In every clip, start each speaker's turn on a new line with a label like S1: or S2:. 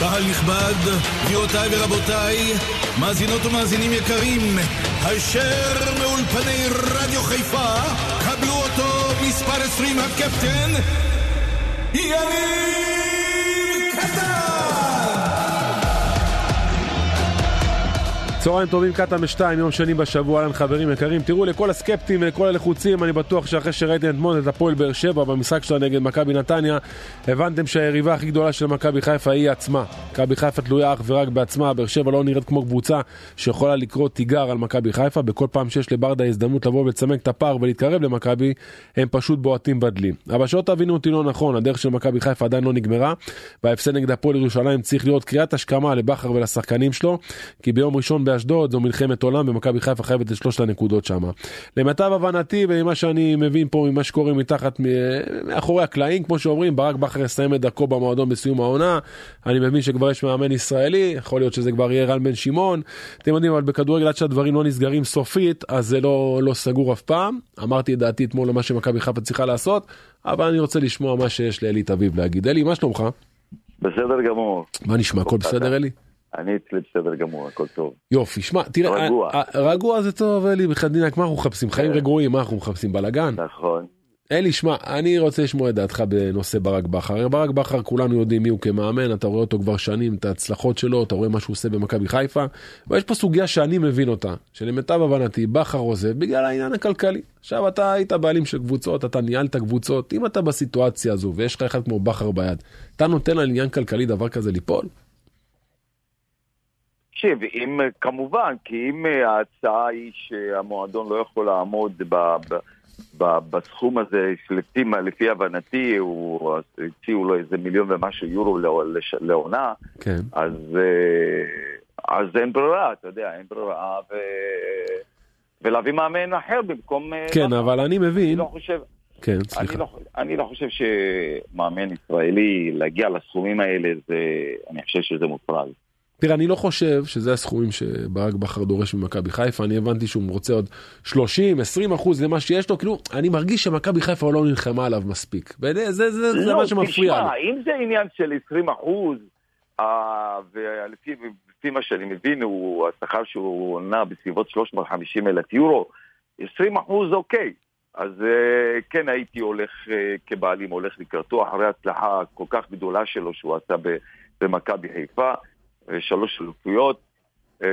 S1: קהל נכבד, גבירותיי ורבותיי, מאזינות ומאזינים יקרים, אשר מאולפני רדיו חיפה, קבלו אותו מספר 20 הקפטן, יניב קטן!
S2: צהריים טובים, קטאם 2, יום שני בשבוע, אהלן חברים יקרים. תראו, לכל הסקפטים ולכל הלחוצים, אני בטוח שאחרי שראיתם אתמול את הפועל באר שבע במשחק שלה נגד מכבי נתניה, הבנתם שהיריבה הכי גדולה של מכבי חיפה היא עצמה. מכבי חיפה תלויה אך ורק בעצמה, באר שבע לא נראית כמו קבוצה שיכולה לקרוא תיגר על מכבי חיפה. בכל פעם שיש לברדה הזדמנות לבוא ולצמק את הפער ולהתקרב למכבי, הם פשוט בועטים בדלי. אבל שלא תבינו אותי לא נכון, הדרך של מכבי חיפה עדיין לא נגמרה, וההפסד נגד הפועל ירושלים צריך להיות קריאת השכמה לבכר ולשחקנים שלו, כי ביום ראשון באשדוד זו מלחמת עולם ומכבי חיפה חייבת את שלושת הנקודות שם. למיטב הבנתי וממה שאני מבין פה ממה שקורה מתחת מ- מאחורי הקלעים כמו שאומרים ברק בכר יסיים את דרכו במועדון בסיום העונה אני מבין שכבר יש מאמן ישראלי יכול להיות שזה כבר יהיה רן בן שמעון אתם יודעים אבל בכדורגל עד שהדברים לא נסגרים סופית אז זה לא לא סגור אף פעם אמרתי את דעתי אתמול למה שמכבי חיפה צריכה לעשות אבל אני רוצה לשמוע מה שיש לאלי תביב להגיד אלי מה שלומך
S3: בסדר גמור.
S2: מה נשמע הכל בסדר אלי.
S3: אני אצלי בסדר גמור, הכל טוב.
S2: יופי, שמע, תראה,
S3: רגוע.
S2: אה, אה, רגוע זה טוב, אלי, בחדינק, מה אנחנו מחפשים? חיים
S3: כן.
S2: רגועים, מה אנחנו מחפשים? בלאגן?
S3: נכון.
S2: אלי, שמע, אני רוצה לשמוע את דעתך בנושא ברק בכר. הרי ברק בכר, כולנו יודעים מי הוא כמאמן, אתה רואה אותו כבר שנים, את ההצלחות שלו, אתה רואה מה שהוא עושה במכבי חיפה. אבל יש פה סוגיה שאני מבין אותה, שלמיטב הבנתי, בכר עוזב בגלל העניין הכלכלי. עכשיו, אתה היית בעלים של קבוצות, אתה ניהלת קבוצות, אם אתה בסיטואציה הזו ויש לך אחד כמו בכר ביד, אתה נותן על עניין כלכלי דבר כזה ליפול?
S3: תקשיב, אם, כמובן, כי אם אה, ההצעה היא שהמועדון לא יכול לעמוד ב, ב, ב, בסכום הזה, לפי, מה- לפי הבנתי, הוא הציעו לו איזה מיליון ומשהו יורו לא- לש- לעונה,
S2: כן.
S3: אז, אה, אז אין ברירה, אתה יודע, אין ברירה, ו, ולהביא מאמן אחר במקום... אה,
S2: כן,
S3: בכר.
S2: אבל אני
S3: אני
S2: מבין.
S3: לא חושב...
S2: כן,
S3: אני
S2: סליחה.
S3: לא, אני לא חושב שמאמן ישראלי, להגיע לסכומים האלה, זה, אני חושב שזה מופרז.
S2: תראה, אני לא חושב שזה הסכומים שברק בכר דורש ממכבי חיפה, אני הבנתי שהוא רוצה עוד 30, 20 אחוז למה שיש לו, כאילו, אני מרגיש שמכבי חיפה לא נלחמה עליו מספיק. וזה- זה, זה, זה
S3: לא,
S2: מה שמפריע
S3: תשמע,
S2: לי.
S3: אם זה עניין של 20 אחוז, אה, ולפי לפי מה שאני מבין, הוא, השכר שהוא נע בסביבות 350 אלף יורו, 20 אחוז אוקיי. אז אה, כן הייתי הולך, אה, כבעלים הולך לקראתו, אחרי ההצלחה הכל כך גדולה שלו שהוא עשה ב- במכבי חיפה, אה, שלוש אלופויות. אה,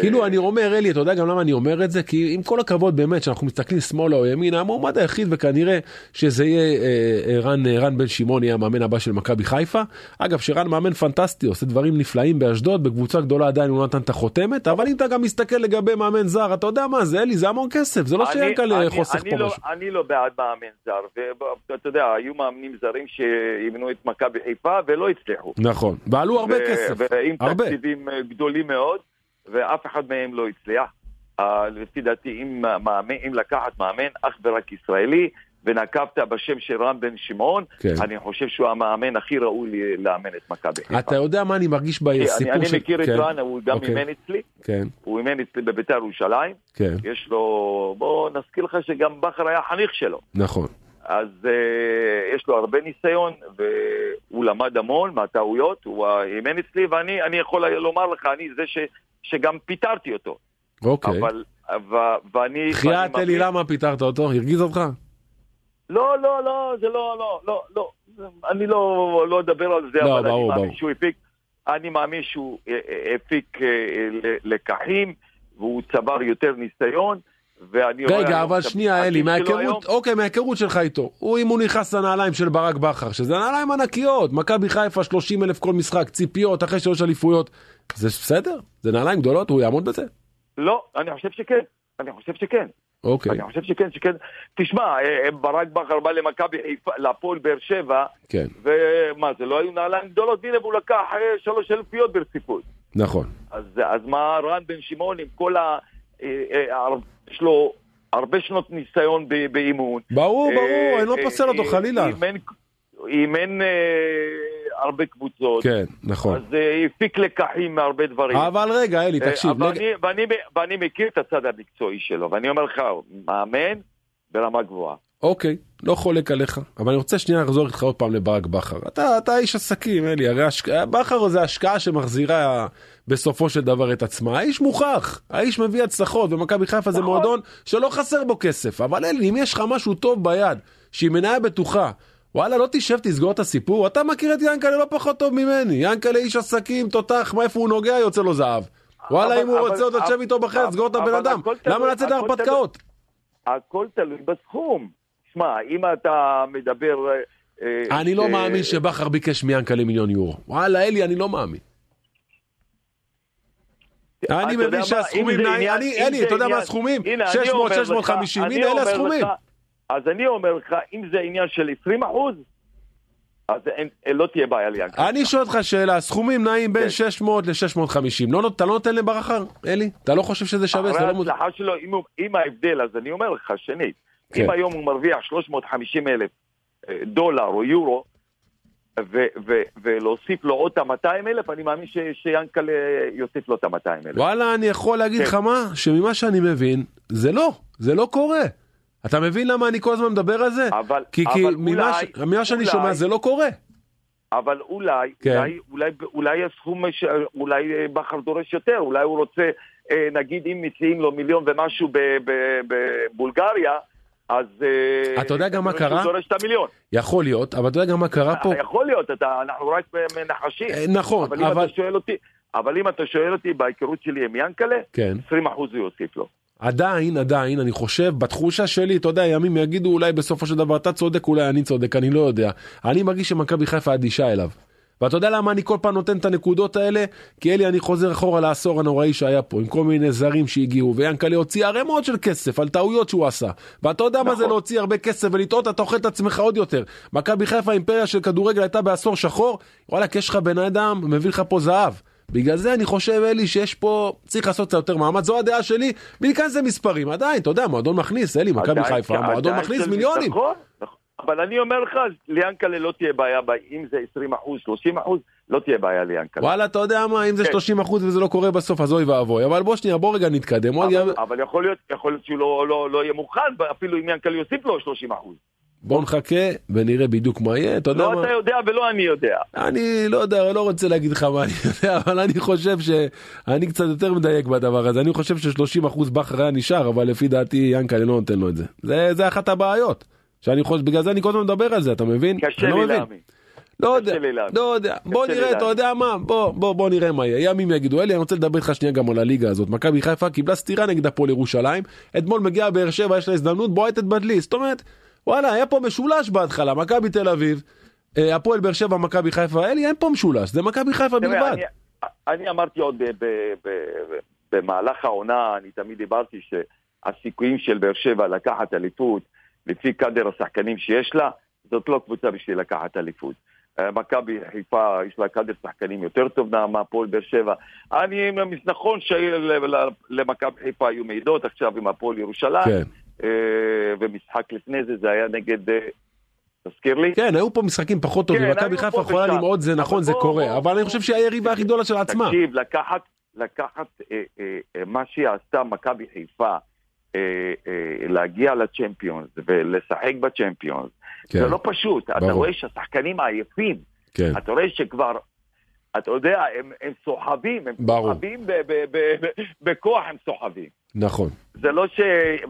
S2: כאילו אני אומר אלי אתה יודע גם למה אני אומר את זה כי עם כל הכבוד באמת שאנחנו מסתכלים שמאלה או ימינה המועמד היחיד וכנראה שזה יהיה אה, אה, רן אה, רן בן שמעון יהיה המאמן הבא של מכבי חיפה אגב שרן מאמן פנטסטי עושה דברים נפלאים באשדוד בקבוצה גדולה עדיין הוא נתן את החותמת אבל אם אתה גם מסתכל לגבי מאמן זר אתה יודע מה זה אלי זה המון כסף זה לא
S3: אני-
S2: שיהיה כאן אה,
S3: אני-
S2: חוסך
S3: אני
S2: פה
S3: לא-
S2: משהו.
S3: אני לא בעד מאמן זר, ואתה יודע, היו מאמנים זרים שאימנו את מכבי חיפה ולא הצליחו.
S2: נכון ועלו הרבה
S3: ו-
S2: כסף
S3: ועם
S2: הרבה.
S3: תקציבים אה, גדולים מאוד, ואף אחד מהם לא הצליח. אה, לפי דעתי, אם, אה, מאמן, אם לקחת מאמן אך ורק ישראלי, ונקבת בשם של רם בן שמעון,
S2: כן.
S3: אני חושב שהוא המאמן הכי ראוי ל- לאמן את מכבי חיפה.
S2: אתה יודע מה אני מרגיש
S3: כי
S2: בסיפור
S3: אני, אני
S2: של-
S3: מכיר את
S2: כן,
S3: רן, הוא גם
S2: אוקיי.
S3: אימן אצלי,
S2: כן
S3: הוא אימן אצלי בביתר ירושלים,
S2: כן
S3: יש לו, בוא נזכיר לך שגם בכר היה חניך שלו.
S2: נכון
S3: אז uh, יש לו הרבה ניסיון, והוא למד המון מהטעויות, הוא האימן אצלי, ואני אני יכול לומר לך, אני זה ש, שגם פיטרתי אותו.
S2: אוקיי
S3: אבל, ו, ואני... ואני
S2: חייאת
S3: מאמין-
S2: אלי למה פיטרת אותו הרגיז אותך
S3: לא, לא, לא, זה לא, לא, לא, לא. זה- אני לא, לא אדבר על זה,
S2: לא,
S3: אבל
S2: ברור,
S3: אני מאמין
S2: ברור.
S3: שהוא הפיק, אני מאמין שהוא אה, אה, הפיק אה, ל- לקחים, והוא צבר יותר ניסיון, ואני רואה...
S2: רגע,
S3: היום
S2: אבל
S3: את
S2: שנייה, אלי,
S3: המשחקים שלו כאילו היום.
S2: מההיכרות, אוקיי, מההיכרות שלך איתו. הוא, אם הוא נכנס לנעליים של ברק בכר, שזה נעליים ענקיות, מכבי חיפה 30 אלף כל משחק, ציפיות, אחרי שלוש אליפויות, זה בסדר? זה נעליים גדולות, הוא יעמוד בזה?
S3: לא, אני חושב שכן. אני חושב שכן.
S2: אוקיי,
S3: אני חושב שכן, שכן. תשמע, אה, אה, ברק בכר בא למכבי חיפה, להפועל באר שבע,
S2: כן,
S3: ומה, זה לא היו נעליים גדולות, הנה, והוא לקח אה, שלוש אלפיות ברציפות.
S2: נכון.
S3: אז, אז מה רן בן שמעון עם כל ה... אה, אה, הר- יש לו הרבה שנות ניסיון ב- באימון.
S2: ברור,
S3: אה,
S2: ברור, אני לא
S3: אה,
S2: פוסל אותו
S3: אה,
S2: חלילה.
S3: אימן- אימן אה, הרבה קבוצות,
S2: כן, נכון.
S3: אז אה, הפיק לקחים מהרבה דברים.
S2: אבל רגע, אלי,
S3: אה,
S2: תקשיב,
S3: אבל
S2: לג-
S3: אני- ואני- ואני מכיר את הצד המקצועי שלו, ואני אומר לך, מאמן ברמה גבוהה.
S2: אוקיי, לא חולק עליך, אבל אני רוצה שנייה לחזור איתך עוד פעם לברק בכר. אתה, אתה איש עסקים, אלי, הרי השק... בכר זה השקעה שמחזירה בסופו של דבר את עצמה. האיש מוכח, האיש מביא הצלחות, ומכבי חיפה זה
S3: נכון.
S2: מועדון שלא חסר בו כסף. אבל אלי, אם יש לך משהו טוב ביד, שהיא מניה בטוחה, וואלה, לא תשב, תסגור את הסיפור. אתה מכיר את ינקלה לא פחות טוב ממני. ינקלה איש עסקים, תותח, מאיפה הוא נוגע, יוצא לו זהב. וואלה,
S3: אבל-
S2: אם הוא
S3: אבל-
S2: רוצה עוד לשבת
S3: אבל-
S2: איתו בחדר, סגור את הבן
S3: אבל
S2: אדם.
S3: הכל תלוי-
S2: למה לצאת
S3: הכל תלוי-
S2: להרפתקאות?
S3: הכל תלוי בסכום. שמע, אם אתה מדבר... אה,
S2: אני לא
S3: אה,
S2: מאמין שבכר ביקש מיאנקל'ה מיליון יורו. וואלה, אלי, אני לא מאמין.
S3: אתה
S2: אני
S3: יודע
S2: מבין
S3: מה,
S2: שהסכומים,
S3: אם זה
S2: נע-
S3: עניין-
S2: אני-
S3: אם
S2: אלי,
S3: זה
S2: אתה יודע מה
S3: עניין-
S2: הסכומים?
S3: הנה, אני
S2: 600,
S3: אומר לך,
S2: 650,
S3: אני
S2: הנה, אלה
S3: אומר
S2: הסכומים.
S3: לך, אז אני אומר לך, אם זה עניין של 20 אחוז, אז אין- לא תהיה בעיה לי. יעקב.
S2: אני שואל אותך שאלה, הסכומים נעים בין
S3: כן.
S2: 600 ל-650. לא נות- אתה לא נותן לבכר, אלי? אתה לא חושב שזה שווה? זה
S3: אחרי
S2: לא מוד-
S3: ההצלחה שלו, אם, הוא- אם ההבדל, אז אני אומר לך, שנית,
S2: כן.
S3: אם היום הוא מרוויח 350 אלף אה, דולר או יורו, ו- ו- ולהוסיף לו עוד את ה-200 אלף, אני מאמין ש- שיאנקל'ה יוסיף לו את ה-200 אלף.
S2: וואלה, אני יכול להגיד
S3: כן.
S2: לך מה? שממה שאני מבין, זה לא, זה לא קורה. אתה מבין למה אני כל הזמן מדבר על זה?
S3: אבל-
S2: כי כי
S3: אבל
S2: ממה
S3: אולי-
S2: ש- ממה שאני
S3: אולי-
S2: שומע זה לא קורה.
S3: אבל אולי,
S2: כן.
S3: אולי, אולי, אולי הסכום, ש- אולי אה, בכר דורש יותר, אולי הוא רוצה, אה, נגיד אם מציעים לו מיליון ומשהו ב- ב- בבולגריה, אז... אה,
S2: אתה יודע גם מה
S3: הוא
S2: קרה?
S3: דורש את המיליון.
S2: יכול להיות, אבל אתה יודע גם מה קרה פה?
S3: יכול להיות, אתה, אנחנו רק מנחשים.
S2: אה, נכון,
S3: אבל אם
S2: אבל-
S3: אתה שואל אותי, אבל אם אתה שואל אותי בהיכרות שלי עם ינקלה,
S2: כן.
S3: 20% הוא יוסיף לו.
S2: עדיין, עדיין, אני חושב, בתחושה שלי, אתה יודע, ימים יגידו אולי בסופו של דבר אתה צודק, אולי אני צודק, אני לא יודע. אני מרגיש שמכבי חיפה אדישה אליו. ואתה יודע למה אני כל פעם נותן את הנקודות האלה? כי אלי, אני חוזר אחורה לעשור הנוראי שהיה פה, עם כל מיני זרים שהגיעו, ויאנקל'ה הוציא ערימות של כסף על טעויות שהוא עשה. ואתה יודע מה זה
S3: נכון.
S2: להוציא הרבה כסף ולטעות, אתה אוכל את עצמך עוד יותר. מכבי חיפה, האימפריה של כדורגל הייתה בעשור שחור, וואלכ, יש לך בן אדם, מביא לך פה זהב. בגלל זה אני חושב, אלי, שיש פה, צריך לעשות קצת יותר מאמץ, זו הדעה שלי, מכאן זה מספרים, עדיין, אתה יודע, מועדון מכניס, אלי, מכבי
S3: עדיין-
S2: חיפה, מועדון
S3: עדיין
S2: מכניס
S3: של-
S2: מיליונים.
S3: נכון, נכון. אבל אני אומר לך, ליאנקלה לא תהיה בעיה, ב- אם זה 20%, 30%, לא תהיה בעיה ליאנקלה.
S2: וואלה, אתה יודע מה, אם זה
S3: כן.
S2: 30 אחוז וזה לא קורה בסוף, אז אוי ואבוי, אבל בוא שנייה, בוא רגע נתקדם. בוא
S3: אבל,
S2: נגיד-
S3: אבל יכול להיות, יכול להיות שהוא לא, לא, לא יהיה מוכן, אפילו אם ינקלה יוסיף לו 30 אחוז.
S2: בוא נחכה ונראה בדיוק מה יהיה, אתה יודע
S3: לא
S2: מה.
S3: אתה יודע ולא אני יודע.
S2: אני לא יודע, לא רוצה להגיד לך מה אני יודע, אבל אני חושב שאני קצת יותר מדייק בדבר הזה. אני חושב ש-30% בכר היה נשאר, אבל לפי דעתי ינקלה לא נותן לו את זה. זה, זה אחת הבעיות. שאני חושב, בגלל זה אני כל הזמן מדבר על זה, אתה מבין?
S3: קשה
S2: אני לא
S3: לי
S2: מבין.
S3: להאמין.
S2: לא יודע,
S3: לי להאמין.
S2: לא יודע. בוא
S3: לי
S2: נראה,
S3: להאמין.
S2: אתה יודע מה? בוא, בוא, בוא נראה מה יהיה. ימים יגידו. אלי, אני רוצה לדבר איתך שנייה גם על הליגה הזאת. מכבי חיפה קיבלה סטירה נגד הפועל ירושלים. אתמול מגיעה באר שבע, יש לה הזדמנות, בועטת בדלי. זאת אומרת, וואלה, היה פה משולש בהתחלה. מכבי תל אביב, אה, הפועל באר שבע, מכבי חיפה. אלי, אין פה משולש, זה מכבי חיפה
S3: תראה,
S2: בלבד.
S3: אני, אני אמרתי עוד ב, ב, ב, ב, במהלך העונה, אני תמיד דיברתי שהסיכויים של באר שבע לקחת אליפות, לפי קאדר השחקנים שיש לה, זאת לא קבוצה בשביל לקחת אליפות. אה, מכבי חיפה, יש לה קאדר שחקנים יותר טוב מה- מהפועל באר שבע. אני, נכון שלמכבי חיפה היו מעידות עכשיו עם הפועל ירושלים,
S2: כן.
S3: אה, ומשחק לפני זה, זה היה נגד, אה, תזכיר לי?
S2: כן, היו פה משחקים פחות טובים.
S3: כן,
S2: מכבי
S3: היו
S2: חיפה
S3: פה
S2: יכולה
S3: ושם.
S2: למעוד, זה נכון,
S3: אבל
S2: זה
S3: בוא,
S2: קורה.
S3: בוא,
S2: אבל אני
S3: בוא.
S2: חושב שהיא היריבה הכי גדולה של עצמה.
S3: תקשיב, לקחת, לקחת אה, אה, אה, מה שעשתה מכבי חיפה, אה, אה, להגיע לצ'מפיונס ולשחק בצ'מפיונס,
S2: כן,
S3: זה לא פשוט. אתה
S2: ברור.
S3: רואה שהשחקנים עייפים,
S2: כן.
S3: אתה רואה שכבר, אתה יודע, הם הם סוחבים, הם
S2: ברור.
S3: סוחבים ב- ב- ב- ב- בכוח הם סוחבים.
S2: נכון.
S3: זה לא ש...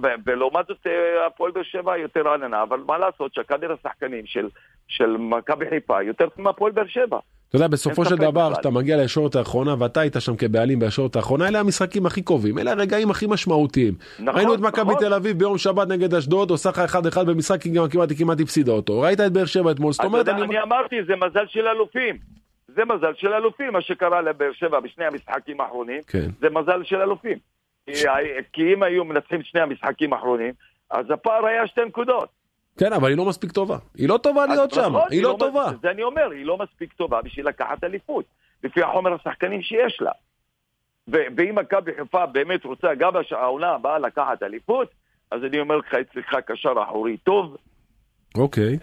S3: ו- ולעומת זאת אה, הפועל באר שבע יותר עננה, אבל מה לעשות שהקאדר השחקנים של... של מכבי חיפה יותר טוב מהפועל באר שבע.
S2: אתה יודע, בסופו
S3: אין
S2: של
S3: ספק
S2: דבר,
S3: בכלל.
S2: כשאתה מגיע לישורת האחרונה, ואתה היית שם כבעלים בישורת האחרונה, אלה המשחקים הכי קובעים, אלה הרגעים הכי משמעותיים.
S3: נכון,
S2: ראינו את מכבי
S3: נכון.
S2: תל אביב ביום שבת נגד אשדוד, עושה לך 1-1 במשחק, כי גם כמעט היא כמעט הפסידה אותו. ראית את באר שבע אתמול, זאת
S3: אתה
S2: אומרת,
S3: יודע,
S2: אני... אומר-
S3: אני אמרתי, זה מזל של אלופים. זה מזל של אלופים, מה שקרה לבאר שבע בשני המשחקים האחרונים,
S2: כן.
S3: זה מזל של אלופים. כי ה- כי אם היו מנצחים שני המשחקים האחרונים, אז הפער היה שתי נקודות.
S2: כן, אבל היא לא מספיק טובה. היא לא טובה להיות
S3: אז נכון,
S2: שם, היא לא טובה.
S3: זה אני אומר, היא לא מספיק טובה בשביל לקחת אליפות, לפי החומר השחקנים שיש לה. ו- ואם מכבי חיפה באמת רוצה גם הש- העונה הבאה לקחת אליפות, אז אני אומר לך, היא צריכה קשר אחורי טוב,
S2: אוקיי.